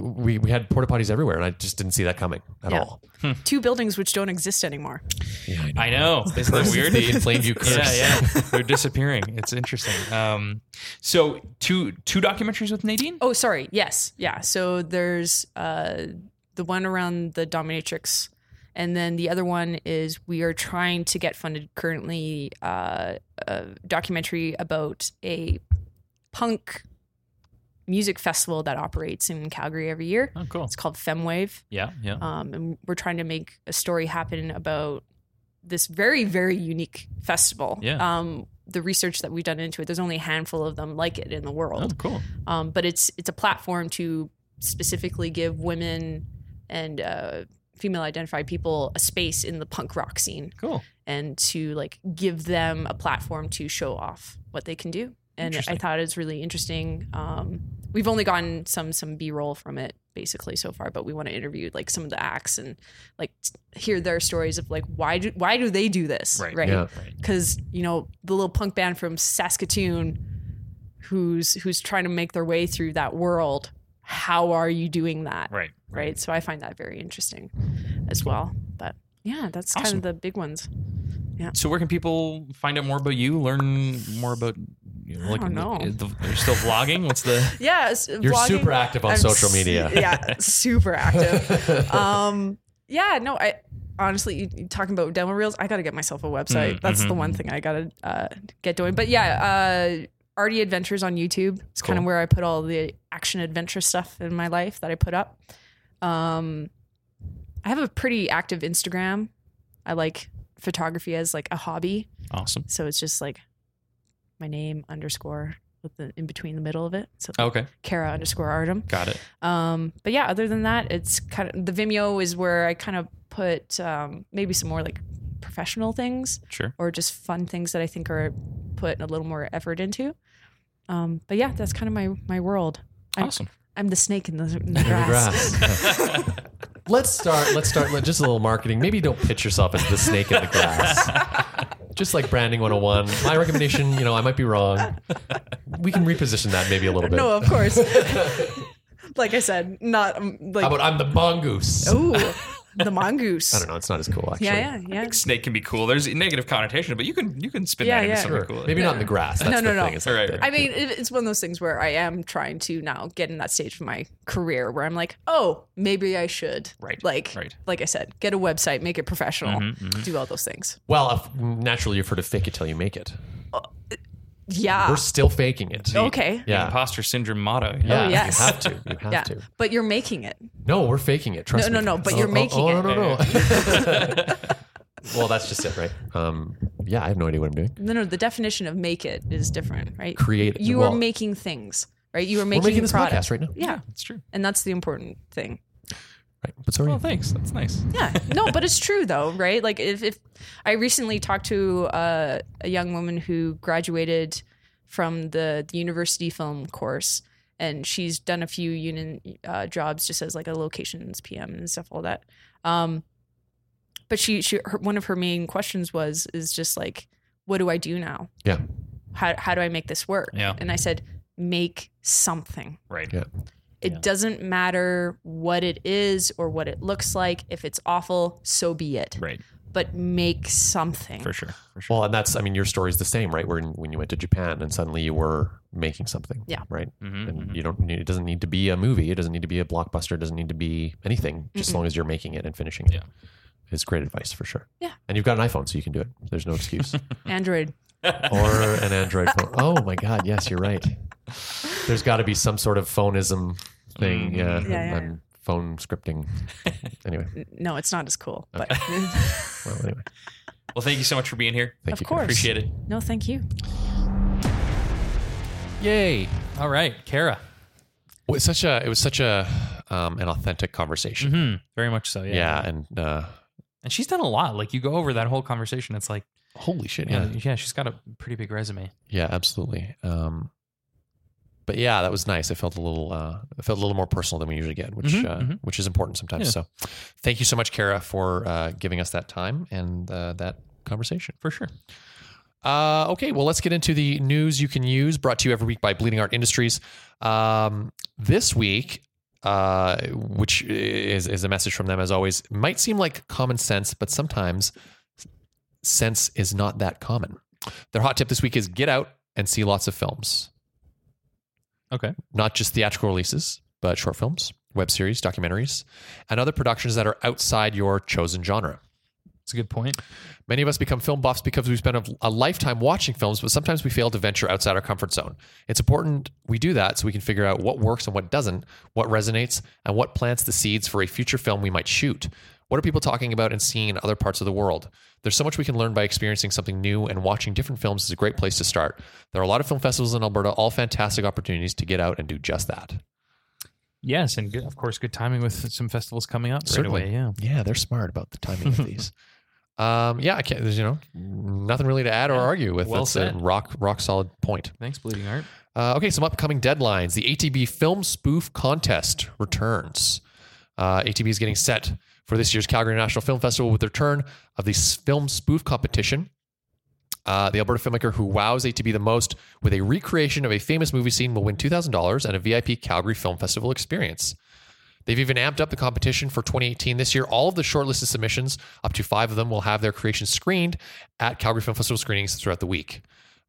We we had porta potties everywhere, and I just didn't see that coming at Yeah. all. Two buildings which don't exist anymore. Yeah, I know. Isn't that weird? The in Plainview curse. Yeah, yeah, they're disappearing. It's interesting. Um, so two two documentaries with Nadine. Oh, sorry. Yes. Yeah. So there's uh, the one around the dominatrix, and then the other one is we are trying to get funded currently uh, a documentary about a punk music festival that operates in Calgary every year. Oh, cool. It's called Femwave, Yeah, yeah. um, and we're trying to make a story happen about this very very unique festival. Yeah. Um, the research that we've done into it, there's only a handful of them like it in the Oh, world Oh, cool. um, but it's it's a platform to specifically give women and uh, female identified people a space in the punk rock scene Cool. and to like give them a platform to show off what they can do and i Interesting. thought it was really interesting um, we've only gotten some some b-roll from it basically so far but we want to interview like some of the acts and like t- hear their stories of like why do why do they do this Right. Yeah. because you know the little punk band from Saskatoon, who's who's trying to make their way through that world. How are you doing that? Right. Right. So I find that very interesting as well. But yeah, that's kind Awesome. of the big ones. So where can people find out more about you? Learn more about. You know, like, don't know. The, you're still vlogging. What's the? Yeah, it's You're vlogging. super active on I'm social su- media. yeah, super active. um, yeah, no, I honestly you, you talking about demo reels. I got to get myself a website. Mm, That's the mhm. one thing I got to uh, get doing. But yeah, uh, Artie Adventures on YouTube. It's kind of Cool. where I put all the action adventure stuff in my life that I put up. Um, I have a pretty active Instagram. I like photography as like a hobby, Awesome. so it's just like my name underscore with the in between the middle of it. So Okay, Kara underscore Artem. got it. Um, but yeah, other than that, it's kind of the Vimeo is where I kind of put um, maybe some more like professional things Sure. or just fun things that I think are put a little more effort into. Um, but yeah, that's kind of my my world. I'm, Awesome. I'm the snake in the, in the In the grass. grass. let's start. Let's start. let- just a little marketing. Maybe don't pitch yourself as the snake in the grass. Just like branding 101. My recommendation. You know, I might be wrong. We can reposition that maybe a little bit. No, of course. like I said, not um, like How about I'm the mongoose? ooh the mongoose. I don't know. It's not as cool, actually. Oh. Yeah, yeah, yeah. Snake can be cool. There's a negative connotation, but you can you can spin Yeah, that into yeah. something Sure. cool. Maybe not in the grass. That's No, no, the no. thing. It's All right, that- right. I mean, it, it's one of those things where I am trying to now get in that stage of my career where I'm like, oh, maybe I should. Right, Like, right. like I said, get a website, make it professional, Mhm, Mm-hmm, mhm. do all those things. Well, if- naturally, you've heard of fake it till you make it. Yeah. We're still faking it. Ah. okay. Oh, Yeah. Imposter syndrome motto. Yeah, yes. you have to. You have Yeah. to. But you're making it. No, we're faking it. Trust No, me. no, no, but Oh, you're oh, making oh, No, it. no, no. well, that's just it, right? Um, yeah, I have no idea what I'm doing. No, no, the definition of make it is different, right? Create. You well, are making things, right? You are We're making, making this products. podcast right now. Yeah. It's true. And that's the important thing. Right. But sorry. Oh, thanks. That's nice. Yeah, no, but it's true though, right? Like if, if I recently talked to uh, a young woman who graduated from the, the university film course, and she's done a few union uh, jobs just as like a locations PM and stuff, all that. Um, but she, she, her, one of her main questions was is just like, what do I do now? Yeah. How how do I make this work? Yeah. And I said, make something Right. Yeah. It Yeah. doesn't matter what it is or what it looks like. If it's awful, so be it. Right. But make something. For sure. For sure. Well, and that's I mean your story's the same, right? When when you went to Japan and suddenly you were making something, Yeah. right? Mm-hmm, Mhm, And mhm. you don't need, it doesn't need to be a movie, it doesn't need to be a blockbuster, it doesn't need to be anything, just as long as you're making it and finishing it. Yeah. It's great advice for sure. Yeah. And you've got an iPhone, so you can do it. There's no excuse. Android. or an Android phone. Oh my God! Yes, you're right. There's got to be some sort of phoneism thing. Mhm. Yeah, Yeah, yeah, I'm phone scripting. Anyway, N- No, it's not as cool. But well, anyway, Well, thank you so much for being here. thank Of you. course. Appreciate it. no, thank you. Yay. All right, Kara. It was such a. It was such a um, an authentic conversation. hmm Very much so. Yeah. Yeah, and uh, And she's done a lot. Like you go over that whole conversation. It's like, holy shit. yeah, Yeah, yeah she's got a pretty big resume. yeah, absolutely. Um, but yeah, that was nice. It felt a little. Uh, it felt a little more personal than we usually get, which Mhm, uh, mhm. which is important sometimes. Yeah. So, thank you so much, Kara, for uh, giving us that time and uh, that conversation. For sure. Uh, okay, well, let's get into the news you can use, brought to you every week by Bleeding Art Industries. Um, this week, uh, which is, is a message from them, as always, might seem like common sense, but sometimes sense is not that common. Their hot tip this week is get out and see lots of films, Okay. not just theatrical releases, but short films, web series, documentaries, and other productions that are outside your chosen genre. It's a good point. Many of us become film buffs because we spend a, a lifetime watching films, but sometimes we fail to venture outside our comfort zone. It's important we do that so we can figure out what works and what doesn't, what resonates, and what plants the seeds for a future film we might shoot. What are people talking about and seeing in other parts of the world? There's so much we can learn by experiencing something new, and watching different films is a great place to start. There are a lot of film festivals in Alberta, all fantastic opportunities to get out and do just that. Yes. And good, of course, good timing with some festivals coming up. Right Certainly. away, yeah. Yeah, they're smart about the timing of these. Um, yeah, I can't. There's you know nothing really to add or argue with. Well That's said. a rock rock solid point. Thanks, Bleeding Art. Uh, okay, some upcoming deadlines. The ATB Film Spoof Contest returns. Uh, ATB is getting set for this year's Calgary National Film Festival with the return of the s- film spoof competition. Uh, the Alberta filmmaker who wows ATB the most with a recreation of a famous movie scene will win $2,000 and a VIP Calgary Film Festival experience. They've even amped up the competition for 2018 this year. All of the shortlisted submissions, up to five of them, will have their creations screened at Calgary Film Festival screenings throughout the week.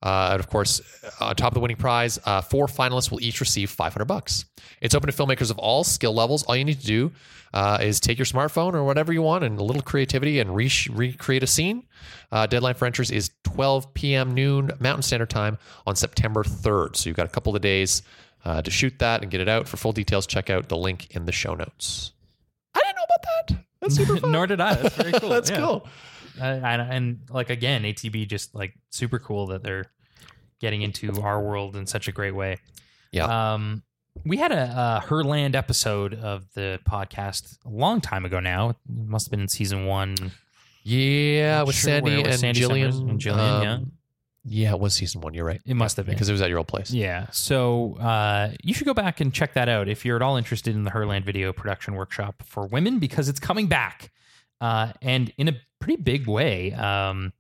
Uh, and of course, on top of the winning prize, uh, four finalists will each receive 500 bucks. It's open to filmmakers of all skill levels. All you need to do uh, is take your smartphone or whatever you want and a little creativity and re- recreate a scene. Uh, deadline for entries is 12 p.m. noon Mountain Standard Time on September 3rd. So you've got a couple of days uh, to shoot that and get it out. For full details, check out the link in the show notes. I didn't know about that. That's super fun. Nor did I. That's very cool. That's yeah. cool. Uh, and, and like again, ATB just like super cool that they're getting into our world in such a great way. Yeah. Um, we had a, a Herland episode of the podcast a long time ago now. It must have been in season one. Yeah, Not with sure Sandy where it was. and Sandy Jillian. um, Summers and Jillian, yeah. yeah, it was season one. You're right. It must have been. because it was at your old place. Yeah. So uh, you should go back and check that out if you're at all interested in the Herland Video Production Workshop for Women because it's coming back uh, and in a pretty big way. Um,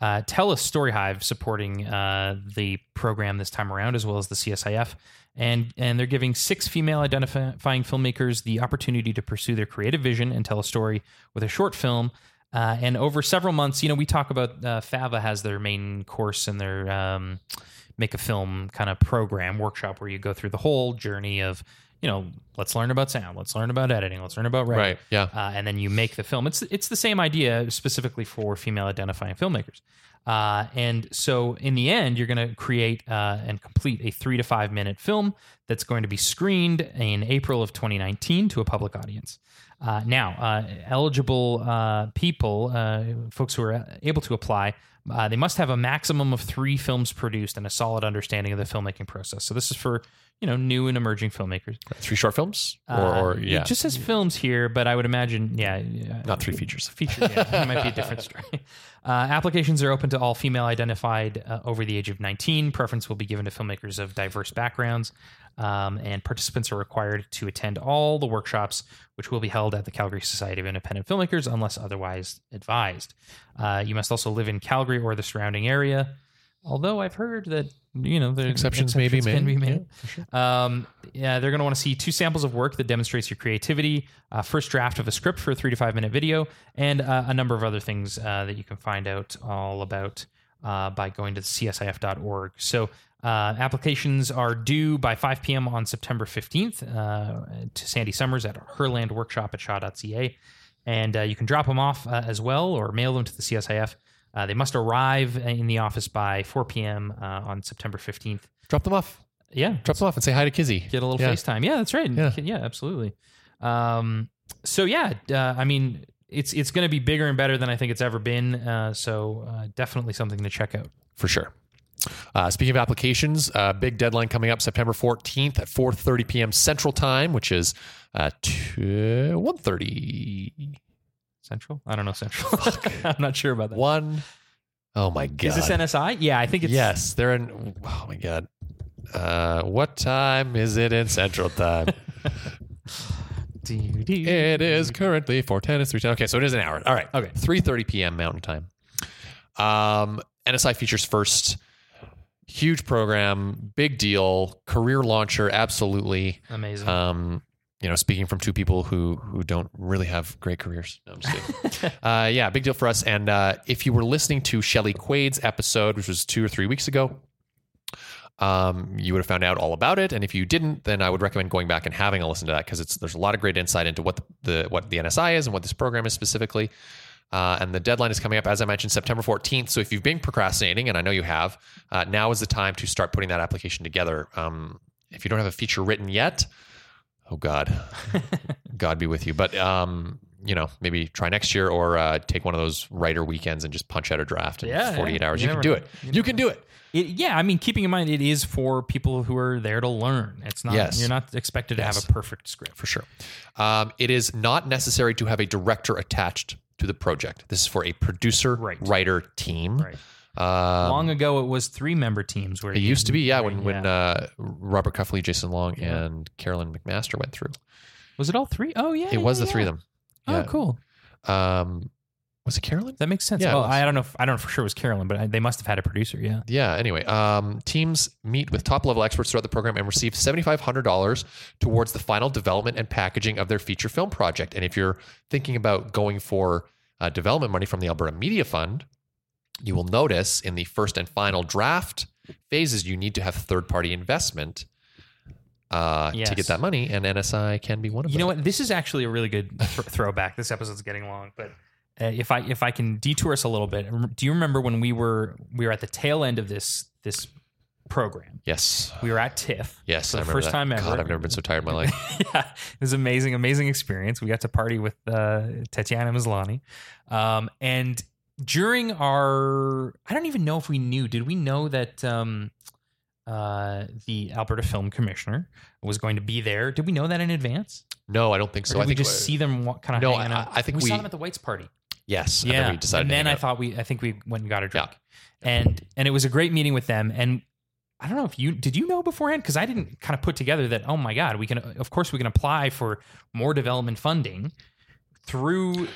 uh, Tell us Story Hive supporting uh, the program this time around as well as the CSIF. And, and they're giving six female identifying filmmakers the opportunity to pursue their creative vision and tell a story with a short film. Uh, and over several months, you know, we talk about uh, FAVA has their main course and their um, make a film kind of program workshop where you go through the whole journey of, you know, let's learn about sound, let's learn about editing, let's learn about Right. writing Yeah. uh, and then you make the film. It's it's the same idea specifically for female identifying filmmakers. Uh, and so in the end, you're going to create uh, and complete a three to five minute film that's going to be screened in April of 2019 to a public audience. Uh, now, uh, eligible uh, people, uh, folks who are able to apply, uh, they must have a maximum of three films produced and a solid understanding of the filmmaking process. So this is for you know new and emerging filmmakers. Three short films, or, Uh, or yeah, It just says films here, but I would imagine, yeah. yeah. not three features. Feature, yeah. it might be a different story. Uh, applications are open to all female identified uh, over the age of 19. Preference will be given to filmmakers of diverse backgrounds. Um, and participants are required to attend all the workshops, which will be held at the Calgary Society of Independent Filmmakers unless otherwise advised. Uh, you must also live in Calgary or the surrounding area. Although I've heard that you know there Exceptions may be exceptions made. Can be made. Um, yeah, they're going to want to see two samples of work that demonstrates your creativity, uh, first draft of a script for a three to five minute video, and uh, a number of other things uh, that you can find out all about uh, by going to csif.org. So uh, applications are due by 5 p.m. on September 15th uh, to Sandy Summers at Herland Workshop at Shaw.ca. And uh, you can drop them off uh, as well or mail them to the CSIF. Uh, they must arrive uh, in the office by 4 p.m. Uh, on September 15th. Drop them off. Yeah, Drop them off and say hi to Kizzy. get a little Yeah. FaceTime. Yeah, that's right. Yeah. Yeah, absolutely. Um, so yeah, uh, I mean, it's it's going to be bigger and better than I think it's ever been. Uh, so uh, definitely something to check out. for sure. Uh, speaking of applications, uh, big deadline coming up September 14th at 4:30 p.m. Central Time, which is uh, two, 1:30. Central? I don't know Central. I'm not sure about that. Is One. Oh my god! this NSI? Yeah, I think it's yes, they're in. Oh my god! Uh, what time is it in Central Time? Doo-doo. It is currently four ten. It's three ten. Okay, so it is an hour. All right. Okay. Three thirty p.m. Mountain Time. Um, NSI features first. Huge program, big deal, career launcher. Absolutely. amazing. Um, you know, speaking from two people who who don't really have great careers. No, I'm just kidding. uh, yeah, big deal for us. And uh, if you were listening to Shelley Quade's episode, which was two or three weeks ago, um, you would have found out all about it. And if you didn't, then I would recommend going back and having a listen to that because it's there's a lot of great insight into what the, what the NSI is and what this program is specifically. Uh, and the deadline is coming up, as I mentioned, September 14th. So if you've been procrastinating, and I know you have, uh, now is the time to start putting that application together. Um, if you don't have a feature written yet, oh God, God be with you. But um, you know, maybe try next year or uh, take one of those writer weekends and just punch out a draft in Yeah, 48 yeah. hours. You You, can never do know. it. You You, never can do it. It- yeah, I mean, keeping in mind it is for people who are there to learn. It's not Yes. you're not expected to Yes. have a perfect script. for sure. Um, it is not necessary to have a director attached to the project. This is for a producer Right. writer team. Right. Um, Long ago, it was three member teams where it you- used to be, yeah, when yeah. when uh, Robert Cuffley, Jason Long, Yeah. and Carolyn McMaster went through. was it all three? Oh yeah, It was yeah, the three yeah. of them. Oh, cool. Um, was it Carolyn? That makes sense. Yeah, it well, was. I don't know. If, I don't know for sure it was Carolyn, but I, they must have had a producer. Yeah. yeah anyway um, teams meet with top level experts throughout the program and receive $7500 towards the final development and packaging of their feature film project and if you're thinking about going for uh, development money from the alberta media fund you will notice in the first and final draft phases you need to have third party investment uh, to get Yes. that money and nsi can be one of You know them what? This is actually a really good th- throwback. This episode's getting long, but uh, if I if I can detour us a little bit, rem- do you remember when we were we were at the tail end of this this program? yes We were at TIFF. yes For I the remember first that. time ever. god i've never been so tired in my life yeah, it was amazing, amazing experience. We got to party with uh, Tatiana Maslany, um, and during our, I don't even know if we knew. Did we know that um, uh, the Alberta Film Commissioner was going to be there? Did we know that in advance? no i don't think Or so did i we think just see them wa- kind of. No, hanging I- out? I think we, saw we- them at the Whites party. yes and Yeah, then we decided and to then hang I out. thought we, I think we went and got a drink, Yeah. and and it was a great meeting with them. And I don't know if you did you know beforehand because I didn't kind of put together that oh my god we can of course we can apply for more development funding through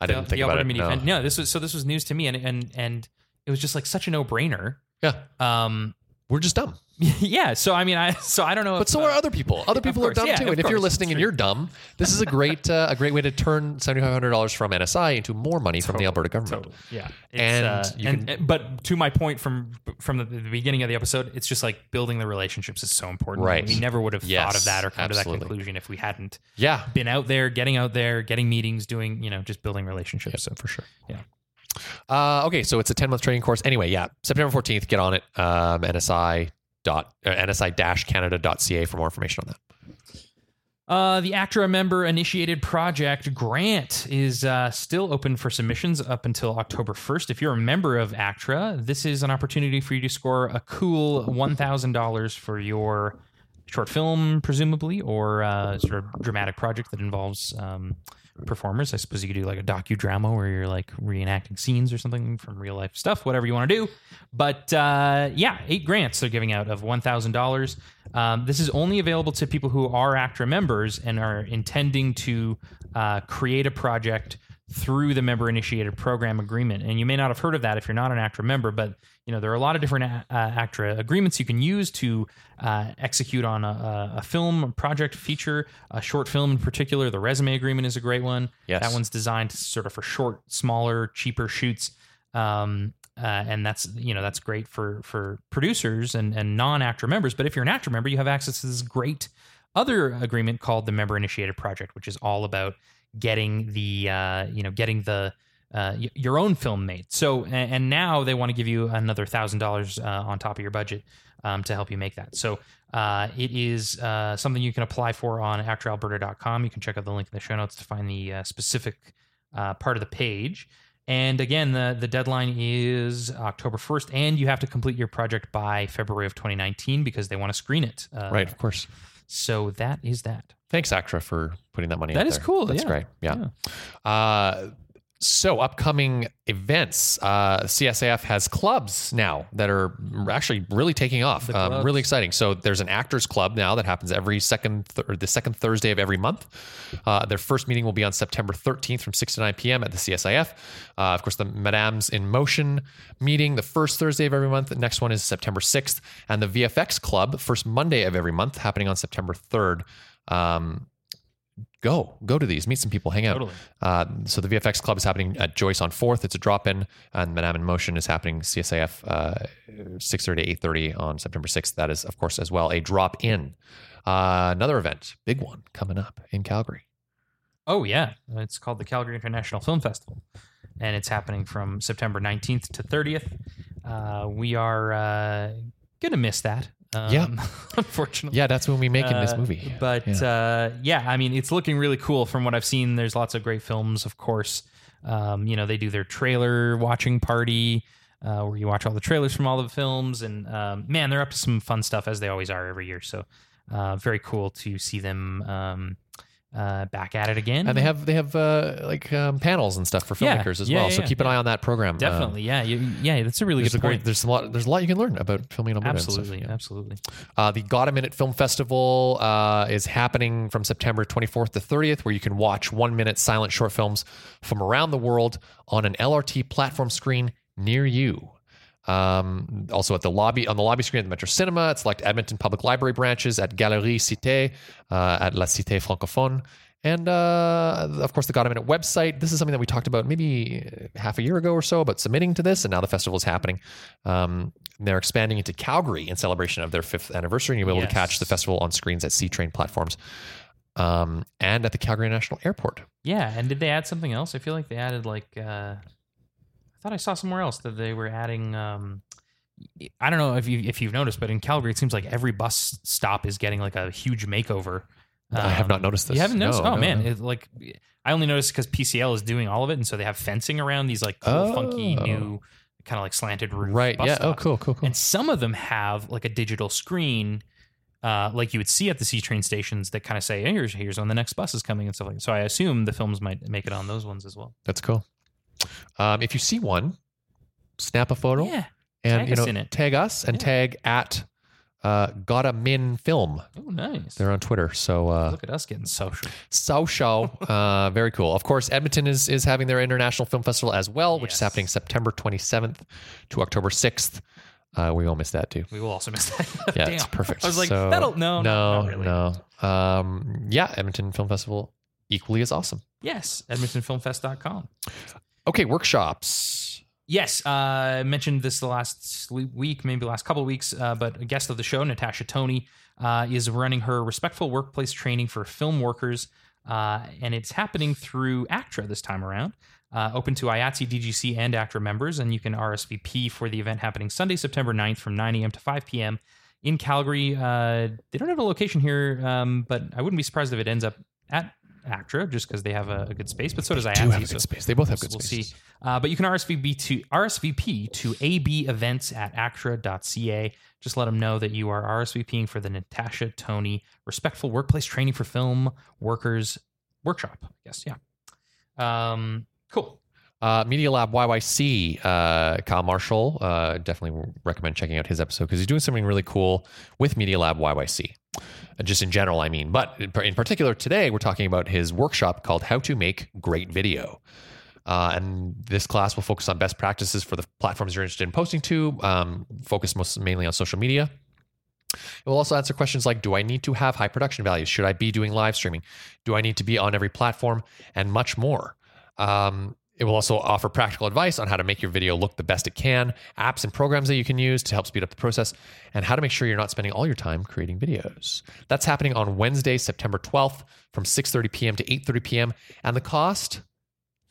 i didn't think the, the about Alberta it Media no. Fund. No, this was so this was news to me, and and and it was just like such a no brainer. yeah Um, we're just dumb yeah. So I mean, I so I don't know. But if, so uh, are other people. Other of people are course, dumb yeah, too. of And if you're course, listening and true. you're dumb, this is a great uh, a great way to turn seventy five hundred dollars from NSI into more money from the Totally, Alberta government. Totally. Yeah. uh, And you and, can- and- but to my point from from the, the beginning of the episode, it's just like building the relationships is so important. Right. We never would have Yes, thought of that or come to absolutely. that conclusion if we hadn't Yeah, been out there, getting out there, getting meetings, doing you know just building relationships. so for sure. Yeah. Uh, okay, so it's a 10 month training course. Anyway, yeah, September 14th, get on it. Um, NSI. Dot, uh, nsi-canada.ca for more information on that. Uh, the ACTRA member initiated project grant is uh, still open for submissions up until October 1st. If you're a member of ACTRA, this is an opportunity for you to score a cool $1,000 for your short film, presumably, or uh, sort of dramatic project that involves um, performers. I suppose you could do like a docudrama where you're like reenacting scenes or something from real life stuff, whatever you want to do. But uh, yeah, eight grants they're giving out of $1,000. Um, this is only available to people who are ACTRA members and are intending to uh, create a project through the member initiated program agreement. And you may not have heard of that if you're not an ACTRA member, but you know there are a lot of different uh, ACTRA agreements you can use to uh, execute on a, a film project feature, a short film in particular. The resume agreement is a great one. Yes. That one's designed sort of for short, smaller, cheaper shoots. Um, uh, and that's you know that's great for for producers and and non actor members. But if you're an actor member, you have access to this great other agreement called the member initiated project, which is all about getting the uh, you know getting the uh, y- your own film made. So a- and, now they want to give you another thousand uh, dollars on top of your budget um, to help you make that. So uh, it is uh, something you can apply for on actoralberta.com. You can check out the link in the show notes to find the uh, specific uh, part of the page. And again, the the deadline is October first, and you have to complete your project by February of 2019 because they want to screen it. Uh, right, of course. So that is that. Thanks, Actra, for putting that money. That out is there. cool, That's yeah. great. Yeah. Uh, so upcoming events, uh, CSAF has clubs now that are actually really taking off. The Um, clubs. really exciting. So there's an actors club now that happens every second th- or the second Thursday of every month. Uh, their first meeting will be on September 13th from 6 to 9 p.m. at the CSIF. Uh, of course, the Madames in Motion meeting the first Thursday of every month. The next one is September 6th, and the VFX club first Monday of every month happening on September 3rd. Um, go go to these meet some people hang out Totally. uh, so the vfx club is happening at joyce on 4th it's a drop-in and madame in motion is happening csaf uh, 6.30 to 8.30 on september 6th that is of course as well a drop-in uh, another event big one coming up in calgary Oh yeah, it's called the Calgary International Film Festival, and it's happening from September 19th to 30th. Uh, we are uh, gonna miss that. Um, Yeah. unfortunately. yeah that's when we make in this Uh, movie But Yeah. yeah. Uh, yeah, I mean, it's looking really cool from what I've seen. There's lots of great films, of course. Um, you know, they do their trailer watching party uh, where you watch all the trailers from all the films. And um, man, they're up to some fun stuff as they always are every year. So uh, very cool to see them um, uh, back at it again. and they have they have uh, like um, panels and stuff for Yeah. filmmakers as Yeah, well yeah, so yeah, keep an eye on that program Uh, definitely, yeah, you, yeah, that's a Um, really there's, good a point. great, there's a lot. There's a lot you can lean about filming in Alberta. and stuff, absolutely, yeah. absolutely. Uh, the Got a Minute Film Festival uh, is happening from September 24th to 30th, where you can watch one minute silent short films from around the world on an LRT platform screen near you. Um, also at the lobby on the lobby screen at the Metro Cinema, at select Edmonton Public Library branches, at Galerie Cité, uh, at La Cité Francophone, and uh, of course the Got a Minute website. This is something that we talked about maybe uh, half a year ago or so about submitting to this, and now the festival is happening. Um, they're expanding into Calgary in celebration of their fifth anniversary, and you'll be able Yes. to catch the festival on screens at C train platforms um, and at the Calgary National Airport. Yeah, and did they add something else? I feel like they added like uh, I thought I saw somewhere else that they were adding. Um, I don't know if you if you've noticed, but in Calgary, it seems like every bus stop is getting like a huge makeover. I have not noticed this. You haven't noticed? No, oh no, man, no. It, like I only noticed because PCL is doing all of it, and so they have fencing around these like cool, funky Oh. new kind of like slanted roof. Right? bus Yeah. Oh, stops. cool, cool, cool. And some of them have like a digital screen, uh, like you would see at the C train stations that kind of say, hey, "Here's here's when the next bus is coming" and stuff like. that. So I assume the films might make it on those ones as well. That's cool. Um, if you see one, snap a photo. Yeah, and Tag you know, us in it. tag us and Yeah. tag at uh, Gotta Min Film. oh nice. They're on Twitter, so uh, Look at us getting social. so show, uh, very cool. Of course, Edmonton is is having their international film festival as well, which is Yes. happening September 27th to October 6th. Uh, we all missed that too. We will also miss that. Yeah, Damn. it's perfect. I was like, So- that'll no, no, no, not really. no. Um, yeah, Edmonton Film Festival equally is awesome. Yes, EdmontonFilmFest.com. Okay, workshops. Yes, uh, I mentioned this the last le- week, maybe last couple of weeks, uh, but a guest of the show, Natasha Tony, uh, is running her respectful workplace training for film workers, uh, and it's happening through ACTRA this time around. Uh, open to IATSE, DGC, and ACTRA members, and you can RSVP for the event happening Sunday, September 9th from 9 a.m. to 5 p.m. in Calgary. Uh, they don't have a location here, um, but I wouldn't be surprised if it ends up at ACTRA just because they have a, a good space, but so does Do have a IATSE. good So space. They both have so good we'll space. see. Uh, but you can RSVP to RSVP to abevents at actra.ca. Just let them know that you are RSVPing for the Natasha Tony Respectful Workplace Training for Film Workers Workshop. I guess yeah. Um, cool. Uh, Media Lab YYC, uh, Kyle Marshall, uh, definitely recommend checking out his episode because he's doing something really cool with Media Lab YYC. Uh, Just in general, I mean, but in par- in particular today, we're talking about his workshop called How to Make Great Video. Uh, and this class will focus on best practices for the platforms you're interested in posting to, um, focus most mainly on social media. It will also answer questions like Do I need to have high production values? Should I be doing live streaming? Do I need to be on every platform? And much more. Um, it will also offer practical advice on how to make your video look the best it can, apps and programs that you can use to help speed up the process, and how to make sure you're not spending all your time creating videos. That's happening on Wednesday, September 12th from 6:30 p.m. to 8:30 p.m. And the cost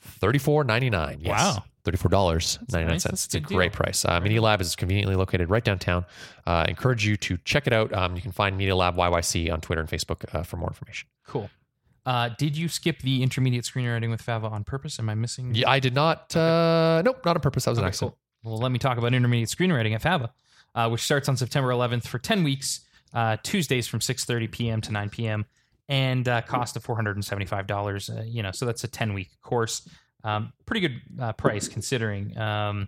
$34.99. Yes. Wow. $34.99. nice. That's It's a a good deal. great price. Uh, Media Lab is conveniently located right downtown. Uh, I encourage you to check it out. Um, you can find Media Lab YYC on Twitter and Facebook uh, for more information. Cool. Uh, did you skip the intermediate screenwriting with Fava on purpose? Am I missing? Yeah, I did not. Uh, nope, not on purpose. That was an Okay, accident. cool. Well, let me talk about intermediate screenwriting at FABA, uh, which starts on September 11th for 10 weeks, uh, Tuesdays from 6:30 p.m. to 9 p.m. and uh, cost of $475. Uh, you know, so that's a 10 week course. Um, pretty good uh, price considering. Um,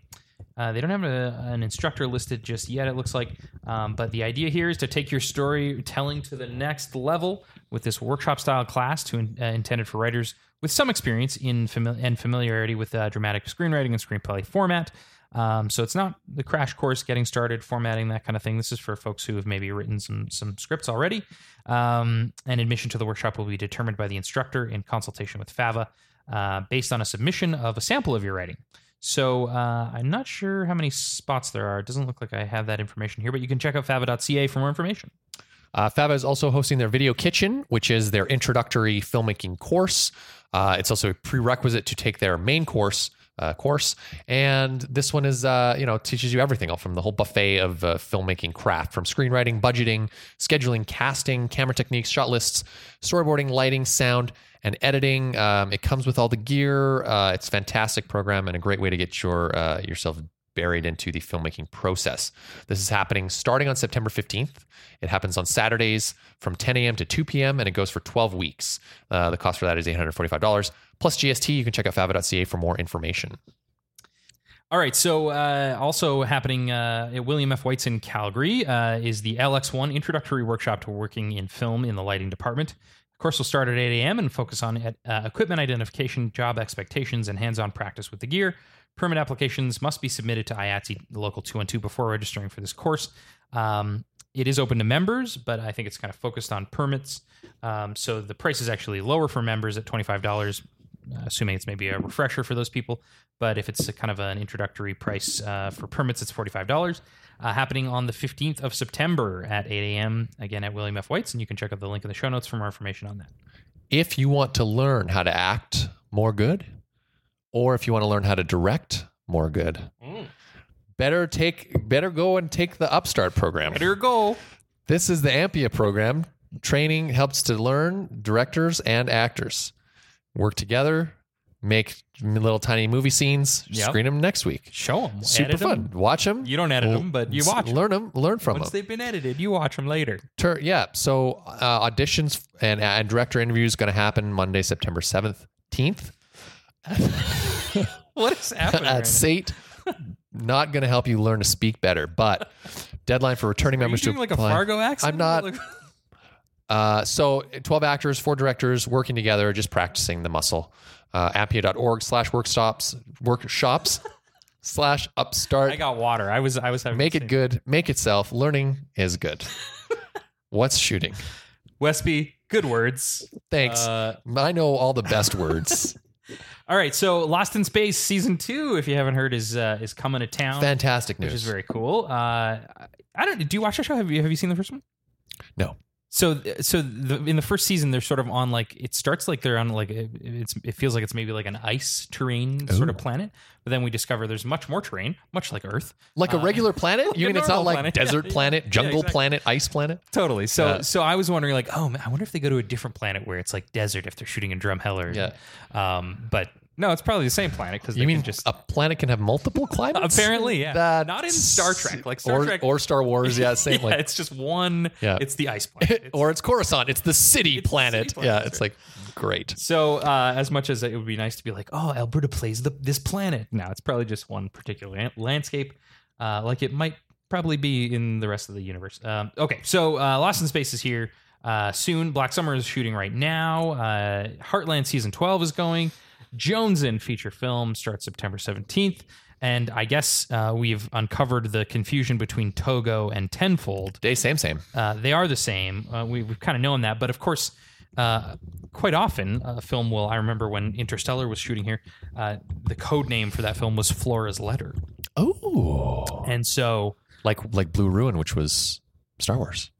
uh, they don't have a, an instructor listed just yet, it looks like. Um, but the idea here is to take your storytelling to the next level with this workshop style class to in, uh, intended for writers with some experience in fami- and familiarity with uh, dramatic screenwriting and screenplay format. Um, so it's not the crash course getting started, formatting, that kind of thing. This is for folks who have maybe written some some scripts already. Um, and admission to the workshop will be determined by the instructor in consultation with Fava, uh, based on a submission of a sample of your writing. So uh, I'm not sure how many spots there are. It doesn't look like I have that information here, but you can check out fava.ca for more information. Uh, Faba is also hosting their Video Kitchen, which is their introductory filmmaking course. Uh, it's also a prerequisite to take their main course. Uh, course and this one is uh, you know teaches you everything all from the whole buffet of uh, filmmaking craft from screenwriting budgeting scheduling casting camera techniques shot lists storyboarding lighting sound and editing um, it comes with all the gear uh, it's a fantastic program and a great way to get your uh, yourself buried into the filmmaking process this is happening starting on september 15th it happens on Saturdays from 10 a.m. to 2 p.m. and it goes for 12 weeks. Uh, the cost for that is $845 plus GST. You can check out fava.ca for more information. All right. So, uh, also happening uh, at William F. White's in Calgary uh, is the LX1 Introductory Workshop to Working in Film in the Lighting Department. The course will start at 8 a.m. and focus on uh, equipment identification, job expectations, and hands on practice with the gear. Permit applications must be submitted to IATSE Local 212 before registering for this course. Um, it is open to members, but I think it's kind of focused on permits. Um, so the price is actually lower for members at $25, assuming it's maybe a refresher for those people. But if it's a kind of an introductory price uh, for permits, it's $45. Uh, happening on the 15th of September at 8 a.m., again at William F. White's. And you can check out the link in the show notes for more information on that. If you want to learn how to act more good, or if you want to learn how to direct more good, better take better go and take the Upstart program. Better go. This is the Ampia program. Training helps to learn directors and actors work together, make little tiny movie scenes, Yep. screen them next week. Show them. Super fun. Watch them. You don't edit them, but you watch them. Learn them. Learn from Once them. they've been edited, you watch them later. Tur- yeah. So uh, auditions and, and director interviews going to happen Monday, September seventeenth What is happening? right at now? Sate. Not going to help you learn to speak better, but deadline for returning Are you members doing to like a apply. Fargo accent? I'm not- Uh, so 12 actors, four directors working together, just practicing the muscle. Uh, appia.org slash workshops, workshops slash upstart. I got water. I was I was having make the it same- good, make itself. Learning is good. What's shooting? Westby, good words. Thanks. Uh, I know all the best words. all right, so Lost in Space season two, if you haven't heard, is uh, is coming to town, Fantastic news. which is very cool. Uh, I don't. Do you watch the show? Have you Have you seen the first one? No. So so the, in the first season, they're sort of on like it starts like they're on like it, it's it feels like it's maybe like an ice terrain sort of Ooh. planet, but then we discover there's much more terrain, much like Earth, like a Uh, regular planet? You a mean it's not normal like planet. desert Yeah, planet, jungle exactly. planet, ice planet? Totally. So, Yeah. so I was wondering, like, oh, man, I wonder if they go to a different planet where it's like desert if they're shooting in Drumheller. Yeah. Um, but no, it's probably the same planet because they You mean can just a planet can have multiple climates? apparently, yeah, That's- not in Star Trek, like Star or, Trek or Star Wars. Yeah, same yeah, like it's just one. Yeah. It's the ice planet. It's- or it's Coruscant. It's the city It's the city planet. planet, Yeah, it's that's right. like great. so, uh, as much as it would be nice to be like, oh, Alberta plays the, this planet. No, it's probably just one particular lan- landscape, uh, like it might probably be in the rest of the universe. Um, okay, so uh, Lost in Space is here uh, soon. Black Summer is shooting right now. Uh, Heartland season twelve is going. Jones in feature film starts September 17th. And I guess uh, we've uncovered the confusion between Togo and Tenfold. Day same same. Uh, they are the same. Uh, we, we've kind of known that, but of course, uh, quite often uh, a film will. I remember when Interstellar was shooting here, uh, the code name for that film was Flora's Letter, Oh, and so like like Blue Ruin, which was Star Wars.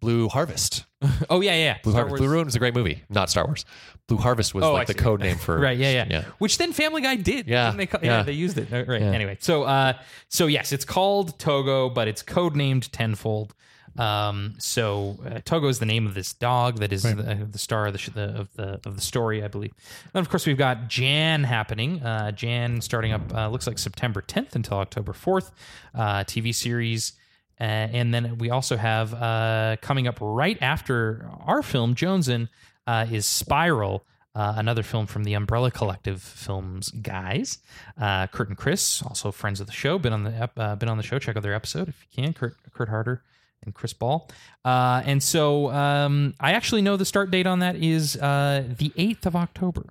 Blue Harvest. oh yeah, yeah, yeah, Blue Star Harvest. Wars. Blue Ruin was a great movie, not Star Wars. Blue Harvest was Oh, like I the see. code name for Right, yeah, yeah, yeah. Which then Family Guy did. Yeah, didn't they call- yeah. they used it. Uh, Right. Yeah. Anyway, so uh, so yes, it's called Togo, but it's codenamed Tenfold. Uh, Um, so uh, Togo is the name of this dog that is the, the star of the, sh- the of the of the story, I believe. And of course, we've got Jan happening. Uh, Jan starting up uh, looks like September 10th until October 4th. Uh, TV series. Uh, and then we also have uh, coming up right after our film, Jonesin, uh, is Spiral, uh, another film from the Umbrella Collective films guys. Uh, Kurt and Chris, also friends of the show, been on the ep- uh, been on the show. Check out their episode if you can. Kurt, Kurt Harder and Chris Ball. Uh, and so um, I actually know the start date on that is uh, the eighth of October.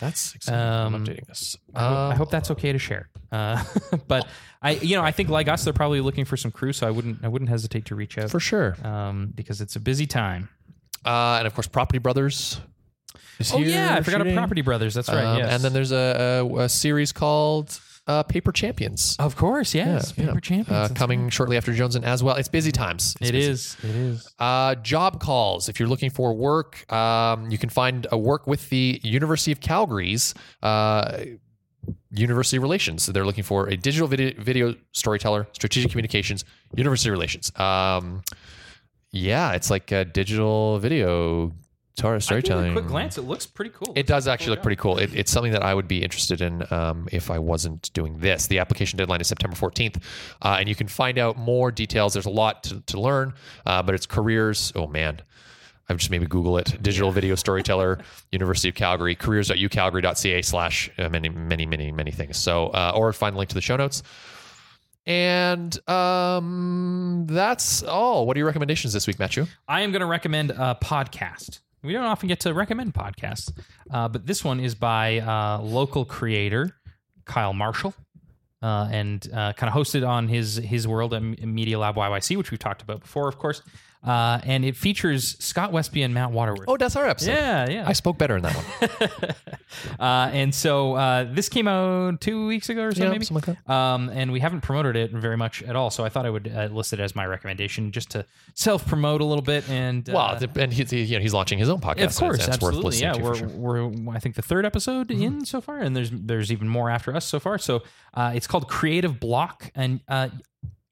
That's exciting. Um, I'm updating this. I hope- I hope that's okay to share. Uh, but I, you know, I think like us, they're probably looking for some crew, so I wouldn't, I wouldn't hesitate to reach out for sure. um, because it's a busy time. Uh, and of course, Property Brothers. is Oh here yeah, I forgot shooting. about Property Brothers. That's right. Um, yes. And then there's a, a, a series called uh, Paper Champions. of course, yes, Yeah, Oh, Paper yeah. Champions. Uh, coming shortly after Jones and as well. It's busy times. It's It busy. is. It is. Uh, job calls. If you're looking for work, um, you can find a work with the University of Calgary's uh, University Relations. So they're looking for a digital video, video storyteller, strategic communications, University Relations. Um, yeah, it's like a digital video tar- storytelling. it looks pretty cool. It does actually look pretty cool. It, it's something that I would be interested in um, if I wasn't doing this. The application deadline is September 14th, uh, and you can find out more details. There's a lot to, to learn, uh, but it's careers. Oh, man. I've just maybe Google it. Digital video storyteller, University of Calgary, careers.ucalgary.ca slash uh, many, many, many, many things. So, uh, or find the link to the show notes. And um, that's all. What are your recommendations this week, Matthew? I am going to recommend a podcast. We don't often get to recommend podcasts, uh, but this one is by uh, local creator Kyle Marshall. Uh, and uh, kind of hosted on his his world at M- Media Lab YYC, which we've talked about before, of course, uh, and it features Scott Westby and Matt Waterworth. Oh, that's our episode. yeah, yeah. I spoke better in that one. uh, and so uh, this came out two weeks ago or so, Yeah, maybe. something like Um, and we haven't promoted it very much at all, so I thought I would uh, list it as my recommendation just to self promote a little bit. And Well, uh, the, and he's, he- you know, he's launching his own podcast. of so it's- course, it's, absolutely. worth listening yeah, to. for we're, sure. we're I think the third episode in so far, and there's there's even more after us so far. So uh, it's called Creative Block, and uh,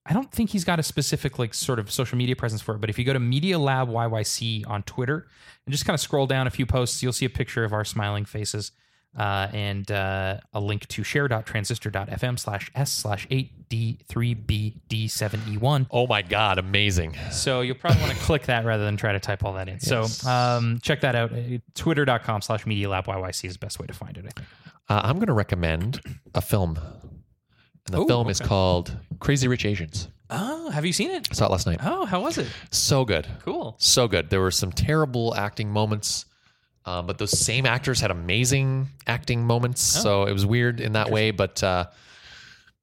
I don't think he's got a specific like sort of social media presence for it. But if you go to Media Lab YYC on Twitter and just kind of scroll down a few posts, you'll see a picture of our smiling faces. Uh, and uh, a link to share.transistor.fm slash s slash 8d3bd7e1 Oh my god, amazing! so you'll probably want to click that rather than try to type all that in. So um, check that out. Uh, Twitter.com slash Media Lab YYC is the best way to find it, I think. Uh, I'm going to recommend a film, and the Ooh, film is called Crazy Rich Asians. Oh, have you seen it? I saw it last night. Oh, how was it? So good, Cool. so good. There were some terrible acting moments, uh, but those same actors had amazing acting moments. Oh. So it was weird in that way, but uh,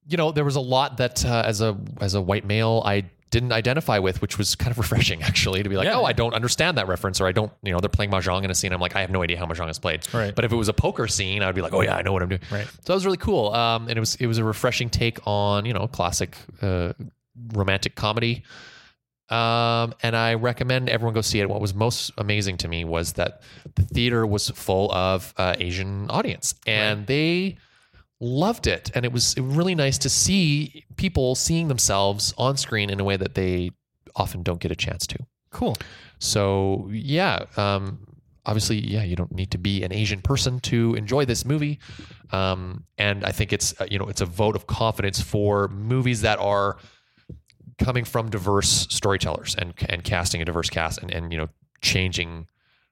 you know, there was a lot that uh, as a as a white male, I didn't identify with, which was kind of refreshing actually to be like, Yeah. oh, I don't understand that reference, or I don't, you know, they're playing mahjong in a scene. I'm like, I have no idea how mahjong is played. Right. But if it was a poker scene, I would be like, oh yeah, I know what I'm doing. Right. So that was really cool. Um, and it was it was a refreshing take on you know classic uh, romantic comedy. Um, and I recommend everyone go see it. What was most amazing to me was that the theater was full of uh, Asian audience, and they loved it and it was really nice to see people seeing themselves on screen in a way that they often don't get a chance to Cool. so yeah um, obviously yeah you don't need to be an asian person to enjoy this movie um, and i think it's uh, you know it's a vote of confidence for movies that are coming from diverse storytellers and and casting a diverse cast and and you know changing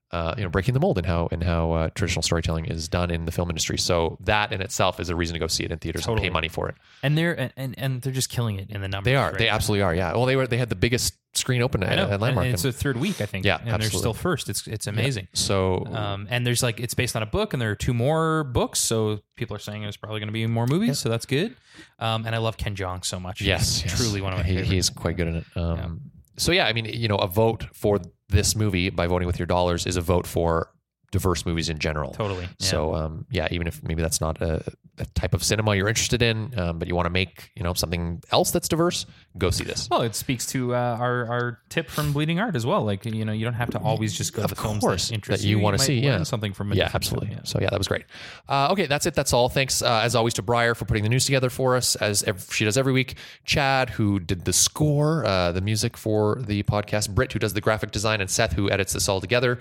uh, you know, breaking the mold in how in how uh, traditional storytelling is done in the film industry. So that in itself is a reason to go see it in theaters Totally. and pay money for it. And they're and, and they're just killing it in the numbers. They are, right? they absolutely are. Yeah. Well, they were they had the biggest screen open I at, know. at And- Landmark. and it's the third week, I think. Yeah, and they're still absolutely. Mm-hmm. first. It's it's amazing. so Um, and there's like it's based on a book, and there are two more books, so people are saying there's probably going to be more movies, so that's good. Um, and I love Ken Jeong so much. He's yes, yes. truly one of my he, favorites. He's quite good in it. Um, So yeah, I mean, you know, a vote for this movie by voting with your dollars is a vote for diverse movies in general. Totally. Yeah. So um, yeah, even if maybe that's not a, a type of cinema you're interested in, um, but you want to make you know something else that's diverse, go see this. Well, it speaks to uh, our our tip from Bleeding Art as well. Like you know, you don't have to always just go Of to the films course, that interest that you wanna might see, yeah. learn something from a yeah, different film, absolutely. So yeah, that was great. Uh, okay, that's it. That's all. Thanks uh, as always to Briar for putting the news together for us, as ev- she does every week. Chad, who did the score, uh, the music for the podcast. Britt, who does the graphic design, and Seth, who edits this all together.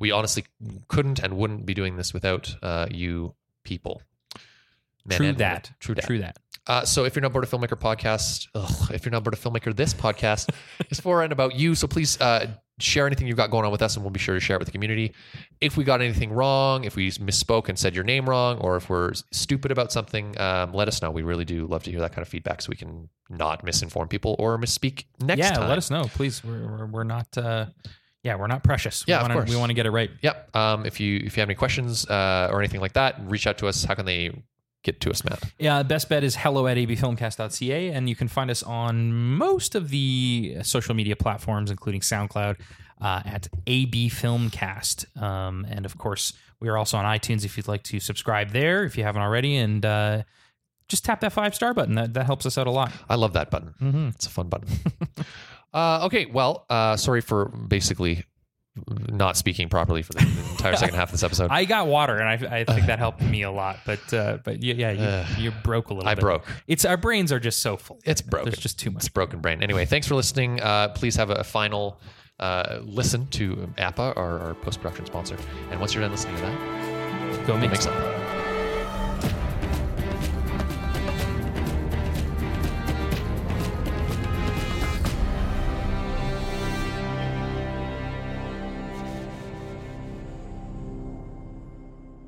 We honestly couldn't and wouldn't be doing this without uh, you people. yeah. Men True and women. that. True that. True that. Uh, so if you're not bored of filmmaker podcast, ugh, if you're not bored of filmmaker, this podcast is for and about you. So please uh, share anything you've got going on with us, and we'll be sure to share it with the community. If we got anything wrong, if we misspoke and said your name wrong, or if we're stupid about something, um, let us know. We really do love to hear that kind of feedback, so we can not misinform people or misspeak next yeah, time. let us know, please. We're we're, we're not. Uh, yeah, we're not precious. Yeah, we of wanna, course. We want to get it right. Yep. Um, if you if you have any questions uh, or anything like that, reach out to us. How can they get to us, Matt? Yeah, best bet is hello at abfilmcast.ca, and you can find us on most of the uh, social media platforms, including SoundCloud, uh, at abfilmcast. Um, and of course, we are also on iTunes if you'd like to subscribe there if you haven't already, and uh, just tap that five star button. That, that helps us out a lot. I love that button. It's a fun button. uh, okay, well, uh, sorry for basically not speaking properly for the entire second half of this episode. I, I got water, and I, I think that helped me a lot. But uh, but y- yeah, you, you broke a little. bit. broke. It's our brains are just so full. It's broken. There's just too much. It's broken brain. Anyway, thanks for listening. Uh, please have a final uh, listen to APPA, our, our post production sponsor. And once you're done listening to that, Go make make some. something.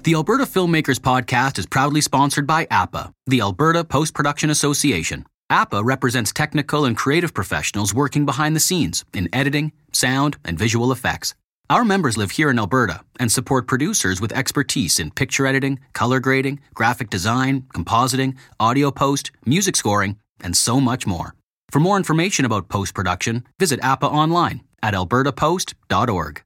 The Alberta Filmmakers Podcast is proudly sponsored by APPA, the Alberta Post Production Association. APPA represents technical and creative professionals working behind the scenes in editing, sound, and visual effects. Our members live here in Alberta and support producers with expertise in picture editing, color grading, graphic design, compositing, audio post, music scoring, and so much more. For more information about post production, visit APPA online at albertapost.org.